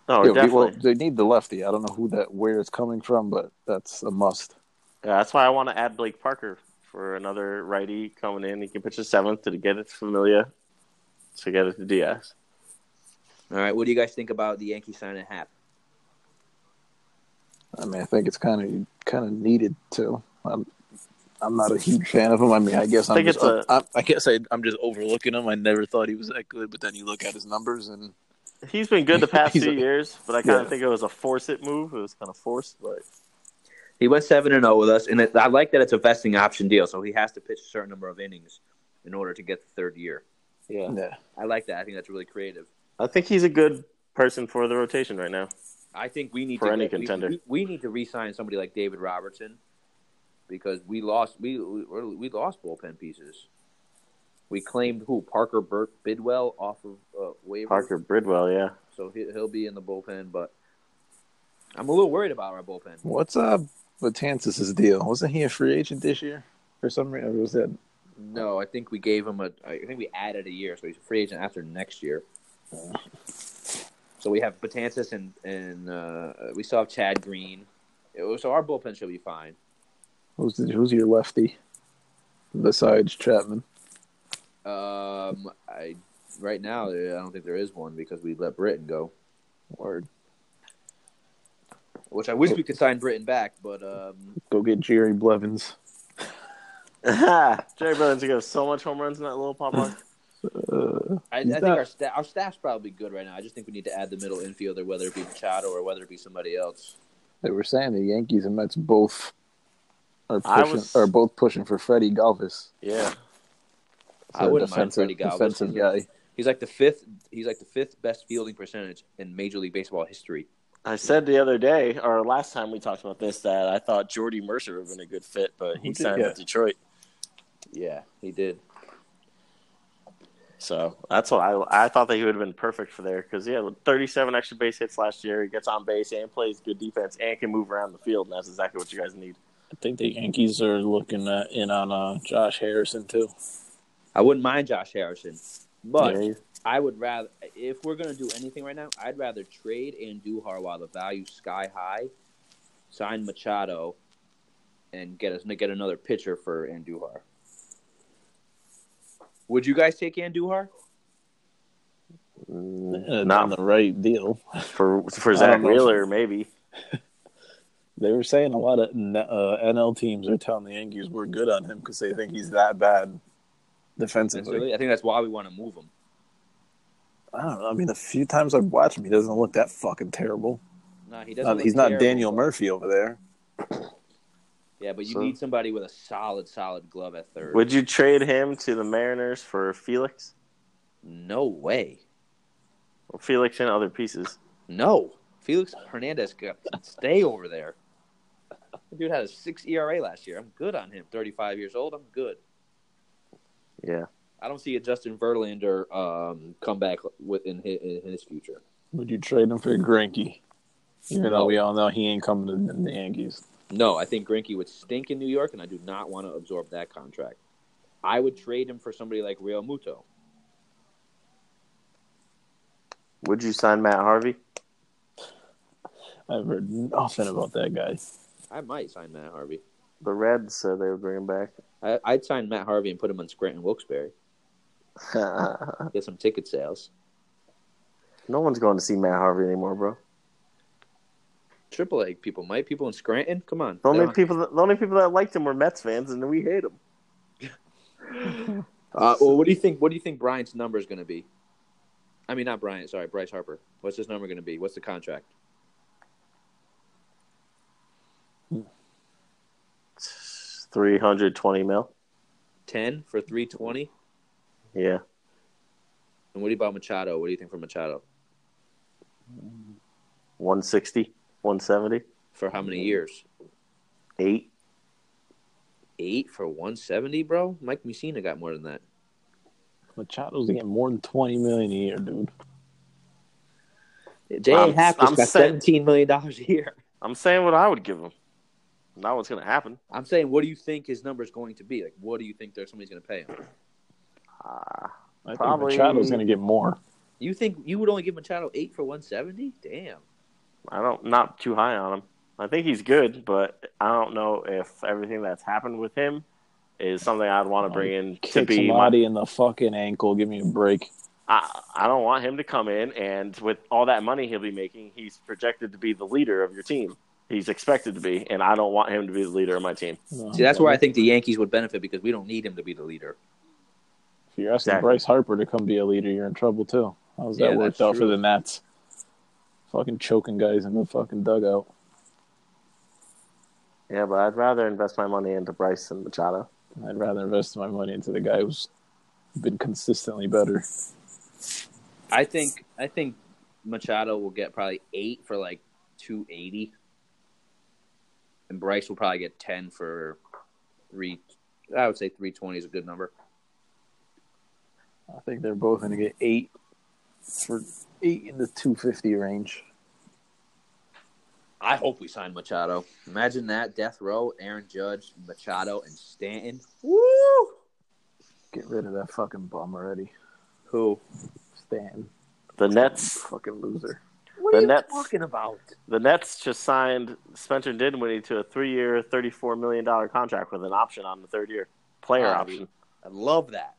Speaker 2: Oh,
Speaker 4: Yeah, we-
Speaker 2: definitely.
Speaker 4: well, they need the lefty. I don't know who that where it's coming from, but that's a must.
Speaker 2: yeah, that's why I want to add Blake Parker for another righty coming in. He can pitch a seventh to get it to Familia, to get it to Diaz.
Speaker 3: All right, what do you guys think about the Yankees signing Hap?
Speaker 4: I mean, I think it's kind of kind of needed too. I'm I'm not a huge fan of him. I mean, I guess
Speaker 2: I
Speaker 4: I'm
Speaker 2: think
Speaker 4: just,
Speaker 2: it's a-
Speaker 4: I'm- I guess I, I'm just overlooking him. I never thought he was that good, but then you look at his numbers and
Speaker 2: He's been good the past
Speaker 4: He's
Speaker 2: two
Speaker 4: a-
Speaker 2: years, but I kind of
Speaker 4: Yeah.
Speaker 2: think it was a force it move. It was kind of forced, but
Speaker 3: He went seven and zero with us, and it, I like that it's a vesting option deal, so he has to pitch a certain number of innings in order to get the third year.
Speaker 2: yeah,
Speaker 4: yeah,
Speaker 3: I like that. I think that's really creative.
Speaker 2: I think he's a good person for the rotation right now.
Speaker 3: I think we need
Speaker 2: For
Speaker 3: to
Speaker 2: any
Speaker 3: get- we-
Speaker 2: contender.
Speaker 3: We, we need to re-sign somebody like David Robertson because we lost we we, we lost bullpen pieces. We claimed who Parker Burt Bidwell off of uh, waivers,
Speaker 2: Parker Bridwell, yeah.
Speaker 3: so he, he'll be in the bullpen. But I'm a little worried about our bullpen.
Speaker 4: What's uh Batantis' deal? Wasn't he a free agent this year for some reason? Or was that
Speaker 3: No, I think we gave him a. I think we added a year, so he's a free agent after next year. So we have Batantis and and uh, we still have Chad Green. It was- so our bullpen should be fine.
Speaker 4: who's who's your lefty besides Chapman?
Speaker 3: Um, I right now I don't think there is one because we let Britain go,
Speaker 4: Or
Speaker 3: which I wish we could sign Britain back, but um,
Speaker 4: go get Jerry Blevins.
Speaker 2: Jerry Burns, he goes so much home runs in that little pop up.
Speaker 4: Uh,
Speaker 3: I, I
Speaker 4: He's
Speaker 3: think
Speaker 4: not-
Speaker 3: our sta- our staff's probably good right now. I just think we need to add the middle infielder, whether it be Machado or whether it be somebody else.
Speaker 4: they were saying the Yankees and Mets both are
Speaker 2: I
Speaker 4: pushing
Speaker 2: was-
Speaker 4: are both pushing for Freddie Galvis.
Speaker 2: Yeah.
Speaker 3: I
Speaker 4: for
Speaker 3: wouldn't mind Freddie Galvis.
Speaker 4: Defensive guy.
Speaker 3: He's like the fifth. He's like the fifth best fielding percentage in Major League Baseball history.
Speaker 2: I said the other day, or last time we talked about this, that I thought Jordy Mercer would have been a good fit, but
Speaker 4: Who
Speaker 2: he
Speaker 4: did
Speaker 2: signed
Speaker 4: get?
Speaker 2: with Detroit.
Speaker 3: Yeah, he did.
Speaker 2: So that's what I I thought that he would have been perfect for there because he had 37 extra base hits last year. He gets on base and plays good defense and can move around the field, and that's exactly what you guys need.
Speaker 4: I think the Yankees are looking uh, in on uh, Josh Harrison too.
Speaker 3: I wouldn't mind Josh Harrison, but
Speaker 2: Yeah,
Speaker 3: I would rather, if we're going to do anything right now, I'd rather trade and do Harwell, the value sky high, sign Machado, and get us get another pitcher for Andujar. Would you guys take Andujar?
Speaker 2: Mm,
Speaker 4: Uh,
Speaker 2: Not
Speaker 4: the right deal.
Speaker 2: for for
Speaker 4: don't
Speaker 2: Zach
Speaker 4: know.
Speaker 2: Wheeler, maybe.
Speaker 4: They were saying a lot of N- uh, NL teams are telling the Yankees we're good on him because they think he's that bad defensively.
Speaker 3: I think that's why we want to move him.
Speaker 4: I don't know. I mean, a few times I've watched him, he doesn't look that fucking terrible.
Speaker 3: No, he
Speaker 4: Uh,
Speaker 3: doesn't. look
Speaker 4: he's not
Speaker 3: terrible,
Speaker 4: Daniel
Speaker 3: but-
Speaker 4: Murphy over there.
Speaker 3: Yeah, but you
Speaker 2: So-
Speaker 3: need somebody with a solid, solid glove at third.
Speaker 2: Would you trade him to the Mariners for Felix?
Speaker 3: No way.
Speaker 2: Or Felix and other pieces.
Speaker 3: No. Felix Hernandez can stay over there. The dude had a six ERA last year. I'm good on him. 35 years old. I'm good.
Speaker 2: Yeah.
Speaker 3: I don't see a Justin Verlander um, comeback within his, in his future.
Speaker 4: Would you trade him for Grinky? Even
Speaker 3: No.
Speaker 4: though we all know he ain't coming to the- the Yankees.
Speaker 3: No, I think Grinke would stink in New York, and I do not want to absorb that contract. I would trade him for somebody like Real Muto.
Speaker 2: Would you sign Matt Harvey?
Speaker 4: I've heard nothing about that guy.
Speaker 3: I might sign Matt Harvey.
Speaker 2: The Reds said they would bring him back.
Speaker 3: I, I'd sign Matt Harvey and put him on Scranton Wilkes-Barre. Get some ticket sales.
Speaker 2: no one's going to see Matt Harvey anymore, bro.
Speaker 3: Triple A people might. People in Scranton? Come on.
Speaker 2: The only
Speaker 3: They don't-
Speaker 2: people, that, the only people that liked him were Mets fans, and we hate him.
Speaker 3: Uh, well, what do you think? What do you think Bryant's number is going to be? I mean, not Bryant. Sorry, Bryce Harper. What's his number going to be? What's the contract?
Speaker 2: Three hundred twenty mil.
Speaker 3: Ten for three twenty.
Speaker 2: Yeah,
Speaker 3: And what do you about Machado? What do you think for Machado?
Speaker 2: one sixty, one seventy,
Speaker 3: For how many years?
Speaker 2: eight.
Speaker 3: Eight for one seventy, bro. Mike Mussina got more than that.
Speaker 4: Machado's getting more than twenty million a year, dude.
Speaker 3: Jalen
Speaker 2: I'm-
Speaker 3: Happus
Speaker 2: I'm
Speaker 3: got
Speaker 2: saying-
Speaker 3: seventeen million dollars a year.
Speaker 2: I'm saying what I would give him. Not what's going to happen.
Speaker 3: I'm saying, what do you think his number is going to be? Like, what do you think there somebody's going to pay him?
Speaker 2: Uh,
Speaker 4: I
Speaker 2: Probably-
Speaker 4: think Machado's going to get more.
Speaker 3: You think you would only give Machado eight for one seventy? Damn.
Speaker 2: I don't not too high on him. I think he's good, but I don't know if everything that's happened with him is something I'd want to bring in to
Speaker 4: Kick
Speaker 2: be my.
Speaker 4: somebody in the fucking ankle. Give me a break.
Speaker 2: I, I don't want him to come in and with all that money he'll be making, he's projected to be the leader of your team. He's expected to be, and I don't want him to be the leader of my team.
Speaker 4: No,
Speaker 3: See, that's where I
Speaker 4: Uh, If
Speaker 3: think the Yankees would benefit because we don't need him to be the leader.
Speaker 4: you're asking
Speaker 2: Exactly.
Speaker 4: Bryce Harper to come be a leader, you're in trouble too. How's that
Speaker 3: Yeah,
Speaker 4: worked
Speaker 3: that's
Speaker 4: out for
Speaker 3: true.
Speaker 4: the Nats? Fucking choking guys in the fucking dugout.
Speaker 2: Yeah, but I'd rather invest my money into Bryce and Machado.
Speaker 4: I'd rather invest my money into the guy who's been consistently better.
Speaker 3: I think I think Machado will get probably eight for like two eighty, and Bryce will probably get ten for three. I would say three twenty is a good number.
Speaker 4: I think they're both going to get eight for eight in the two fifty range.
Speaker 3: I hope we sign Machado. Imagine that death row: Aaron Judge, Machado, and Stanton. Woo!
Speaker 4: Get rid of that fucking bum already,
Speaker 3: Who?
Speaker 4: Stan.
Speaker 2: The Nets,
Speaker 4: Fucking loser.
Speaker 3: What
Speaker 2: The
Speaker 3: are you
Speaker 2: Nets.
Speaker 3: talking about?
Speaker 2: the Nets just signed Spencer Dinwiddie to a three-year, thirty-four million dollar contract with an option on the third year, player
Speaker 3: Wow.
Speaker 2: option.
Speaker 3: I love that.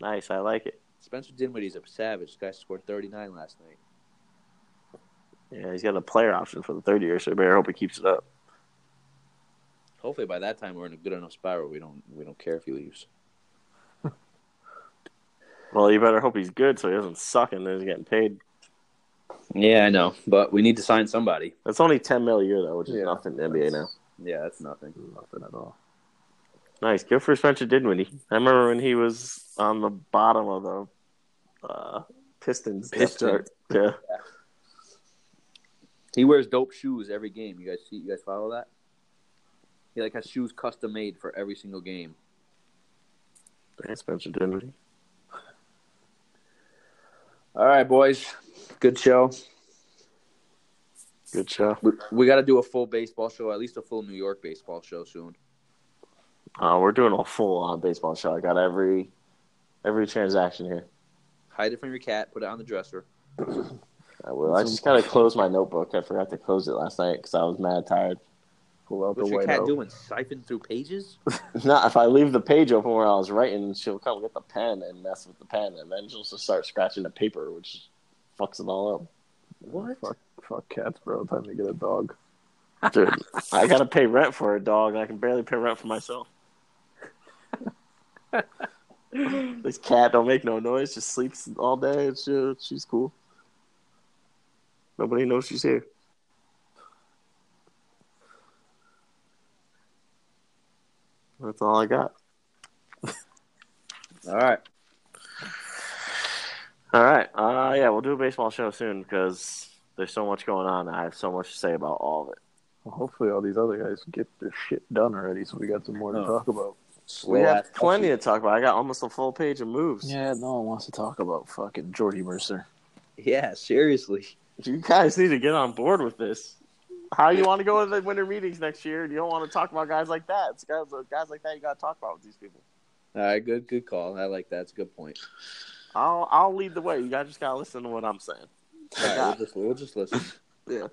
Speaker 2: Nice, I like it.
Speaker 3: Spencer Dinwiddie's a savage. This guy scored thirty nine last night.
Speaker 2: Yeah, he's got a player option for the third year, so I better hope he keeps it up.
Speaker 3: Hopefully, by that time, we're in a good enough spiral. We don't we don't care if he leaves.
Speaker 2: Well, you better hope he's good so he doesn't suck and is getting paid.
Speaker 3: Yeah, I know, but we need to sign somebody.
Speaker 2: That's only ten mil a year though, which is
Speaker 4: Yeah.
Speaker 2: nothing in the NBA now.
Speaker 3: Yeah, that's nothing.
Speaker 4: Nothing at all.
Speaker 2: Nice. Good for Spencer Dinwiddie. I remember when he was on the bottom of the uh, Pistons. depth
Speaker 3: Pistons.
Speaker 2: chart. Yeah.
Speaker 3: He wears dope shoes every game. You guys see? You guys follow that? He like has shoes custom made for every single game.
Speaker 2: Thanks, Spencer Dinwiddie.
Speaker 3: All right, boys. Good show.
Speaker 2: Good show.
Speaker 3: We, we got to do a full baseball show, at least a full New York baseball show soon.
Speaker 2: Uh, we're doing a full on baseball show. I got every every transaction here.
Speaker 3: hide it from your cat, put it on the dresser.
Speaker 2: I will. I just gotta close my notebook. I forgot to close it last night because I was mad tired. Pull out
Speaker 3: What's
Speaker 2: the
Speaker 3: your cat
Speaker 2: white.
Speaker 3: doing? Siphon through pages?
Speaker 2: Not if I leave the page open where I was writing, she'll come get the pen and mess with the pen, and then she'll just start scratching the paper, which fucks it all
Speaker 3: What?
Speaker 4: Fuck, fuck cats, bro. Time to get a dog.
Speaker 2: up. Dude, I gotta pay rent for a dog. and I can barely pay rent for myself. this cat don't make no noise. Just sleeps all day. And she, she's cool. Nobody knows she's here. That's all I got.
Speaker 3: All right.
Speaker 2: All right. Uh, yeah, we'll do a baseball show soon because there's so much going on. I have so much to say about all of it.
Speaker 4: Well, hopefully, all these other guys get their shit done already, so we got some more to
Speaker 3: Oh.
Speaker 4: talk about.
Speaker 2: We
Speaker 3: Slow
Speaker 2: have
Speaker 3: ass-
Speaker 2: plenty to talk about. I got almost a full page of moves.
Speaker 4: Yeah, no one wants to talk about fucking Jordy Mercer.
Speaker 3: Yeah, seriously.
Speaker 2: You guys need to get on board with this. How you want to go to the winter meetings next year? You don't want to talk about guys like that. It's guys, uh, guys like that you got to talk about with these people.
Speaker 3: All right, good, good call. I like that. It's a good point.
Speaker 2: I'll I'll lead the way. You guys just gotta listen to what I'm saying.
Speaker 3: All right,
Speaker 2: Yeah.
Speaker 3: we'll just, we'll just listen.
Speaker 2: Yeah.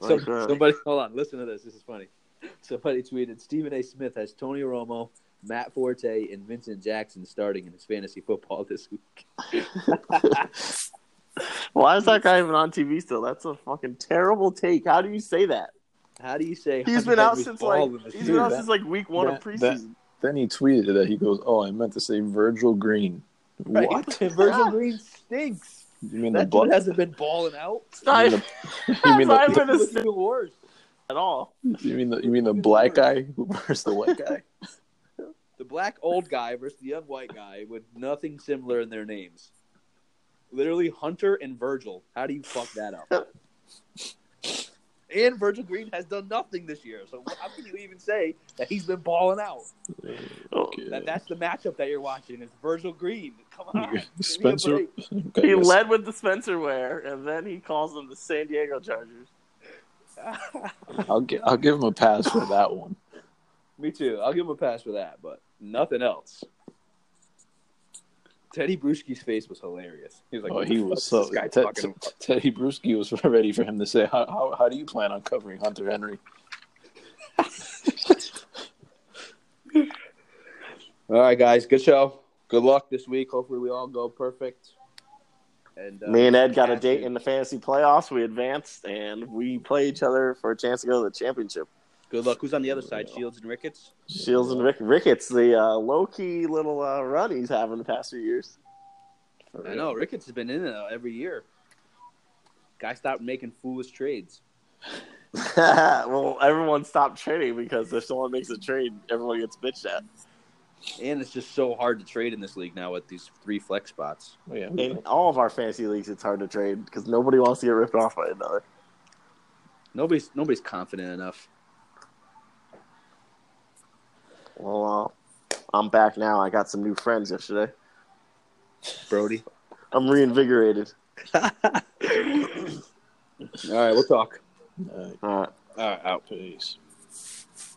Speaker 3: Some-
Speaker 2: Like, uh,
Speaker 3: somebody, hold on, listen to this. This is funny. Somebody tweeted Stephen A. Smith has Tony Romo, Matt Forte, and Vincent Jackson starting in his fantasy football this week.
Speaker 2: Why is that guy even on TV still? That's a fucking terrible take. How do you say that?
Speaker 3: How do you say
Speaker 2: He's
Speaker 3: Hunter
Speaker 2: been out
Speaker 3: Henry's
Speaker 2: since like
Speaker 3: ball in this
Speaker 2: he's
Speaker 3: year?
Speaker 2: been out
Speaker 4: that-
Speaker 2: since like week one of
Speaker 4: that-
Speaker 2: preseason.
Speaker 4: that- Then he tweeted that he goes, "Oh, I meant to say Virgil Green."
Speaker 3: Right?
Speaker 4: What?
Speaker 3: Virgil Green stinks.
Speaker 4: You mean the
Speaker 3: That
Speaker 4: ball?
Speaker 3: dude hasn't been balling out.
Speaker 2: It's not,
Speaker 4: you mean the- you mean
Speaker 2: not even
Speaker 4: the,
Speaker 2: a
Speaker 3: It's
Speaker 2: sniff
Speaker 3: even worse.
Speaker 2: at all.
Speaker 4: you mean the you mean the black guy versus the white guy?
Speaker 3: The black old guy versus the young white guy with nothing similar in their names. Literally Hunter and Virgil. How do you fuck that up? and Virgil Green has done nothing this year. So how can you even say that he's been balling out? That that's the matchup that you're watching is Virgil Green. Come on. give me a
Speaker 4: Spencer.
Speaker 3: break.
Speaker 4: Okay,
Speaker 2: He
Speaker 4: yes.
Speaker 2: led with the Spencer wear, and then he calls them the San Diego Chargers.
Speaker 4: I'll gi- I'll give him a pass for that one.
Speaker 3: Me too. I'll give him a pass for that, but nothing else. Teddy Bruschi's face was hilarious. He was like,
Speaker 4: oh,
Speaker 3: "What
Speaker 4: he
Speaker 3: the
Speaker 4: was
Speaker 3: fuck
Speaker 4: so
Speaker 3: is this guy
Speaker 4: Ted-
Speaker 3: talking about?"
Speaker 4: Teddy Bruschi was ready for him to say, "How how, how do you plan on covering Hunter Henry?"
Speaker 3: All right, guys. Good show. Good luck this week. Hopefully, we all go perfect. And uh,
Speaker 2: Me and Ed got a
Speaker 3: Ash-
Speaker 2: date in the fantasy playoffs. We advanced, and we play each other for a chance to go to the championship.
Speaker 3: Good luck. Who's on the other side? Shields and Ricketts.
Speaker 2: Shields and Rick- Ricketts, the uh, low key little uh, run he's having the past few years.
Speaker 3: I know Ricketts has been in it every year. Guy stopped making foolish trades.
Speaker 2: well, everyone stopped trading because if someone makes a trade, everyone gets bitched at.
Speaker 3: And it's just so hard to trade in this league now with these three flex spots.
Speaker 4: Oh, yeah.
Speaker 2: In all of our fantasy leagues, it's hard to trade because nobody wants to get ripped off by another.
Speaker 3: Nobody's nobody's confident enough.
Speaker 2: Well, uh, I'm back now. I got some new friends yesterday.
Speaker 3: Brody.
Speaker 2: I'm reinvigorated.
Speaker 3: All right, we'll talk.
Speaker 4: All right,
Speaker 2: All right.
Speaker 3: All right, out.
Speaker 4: peace.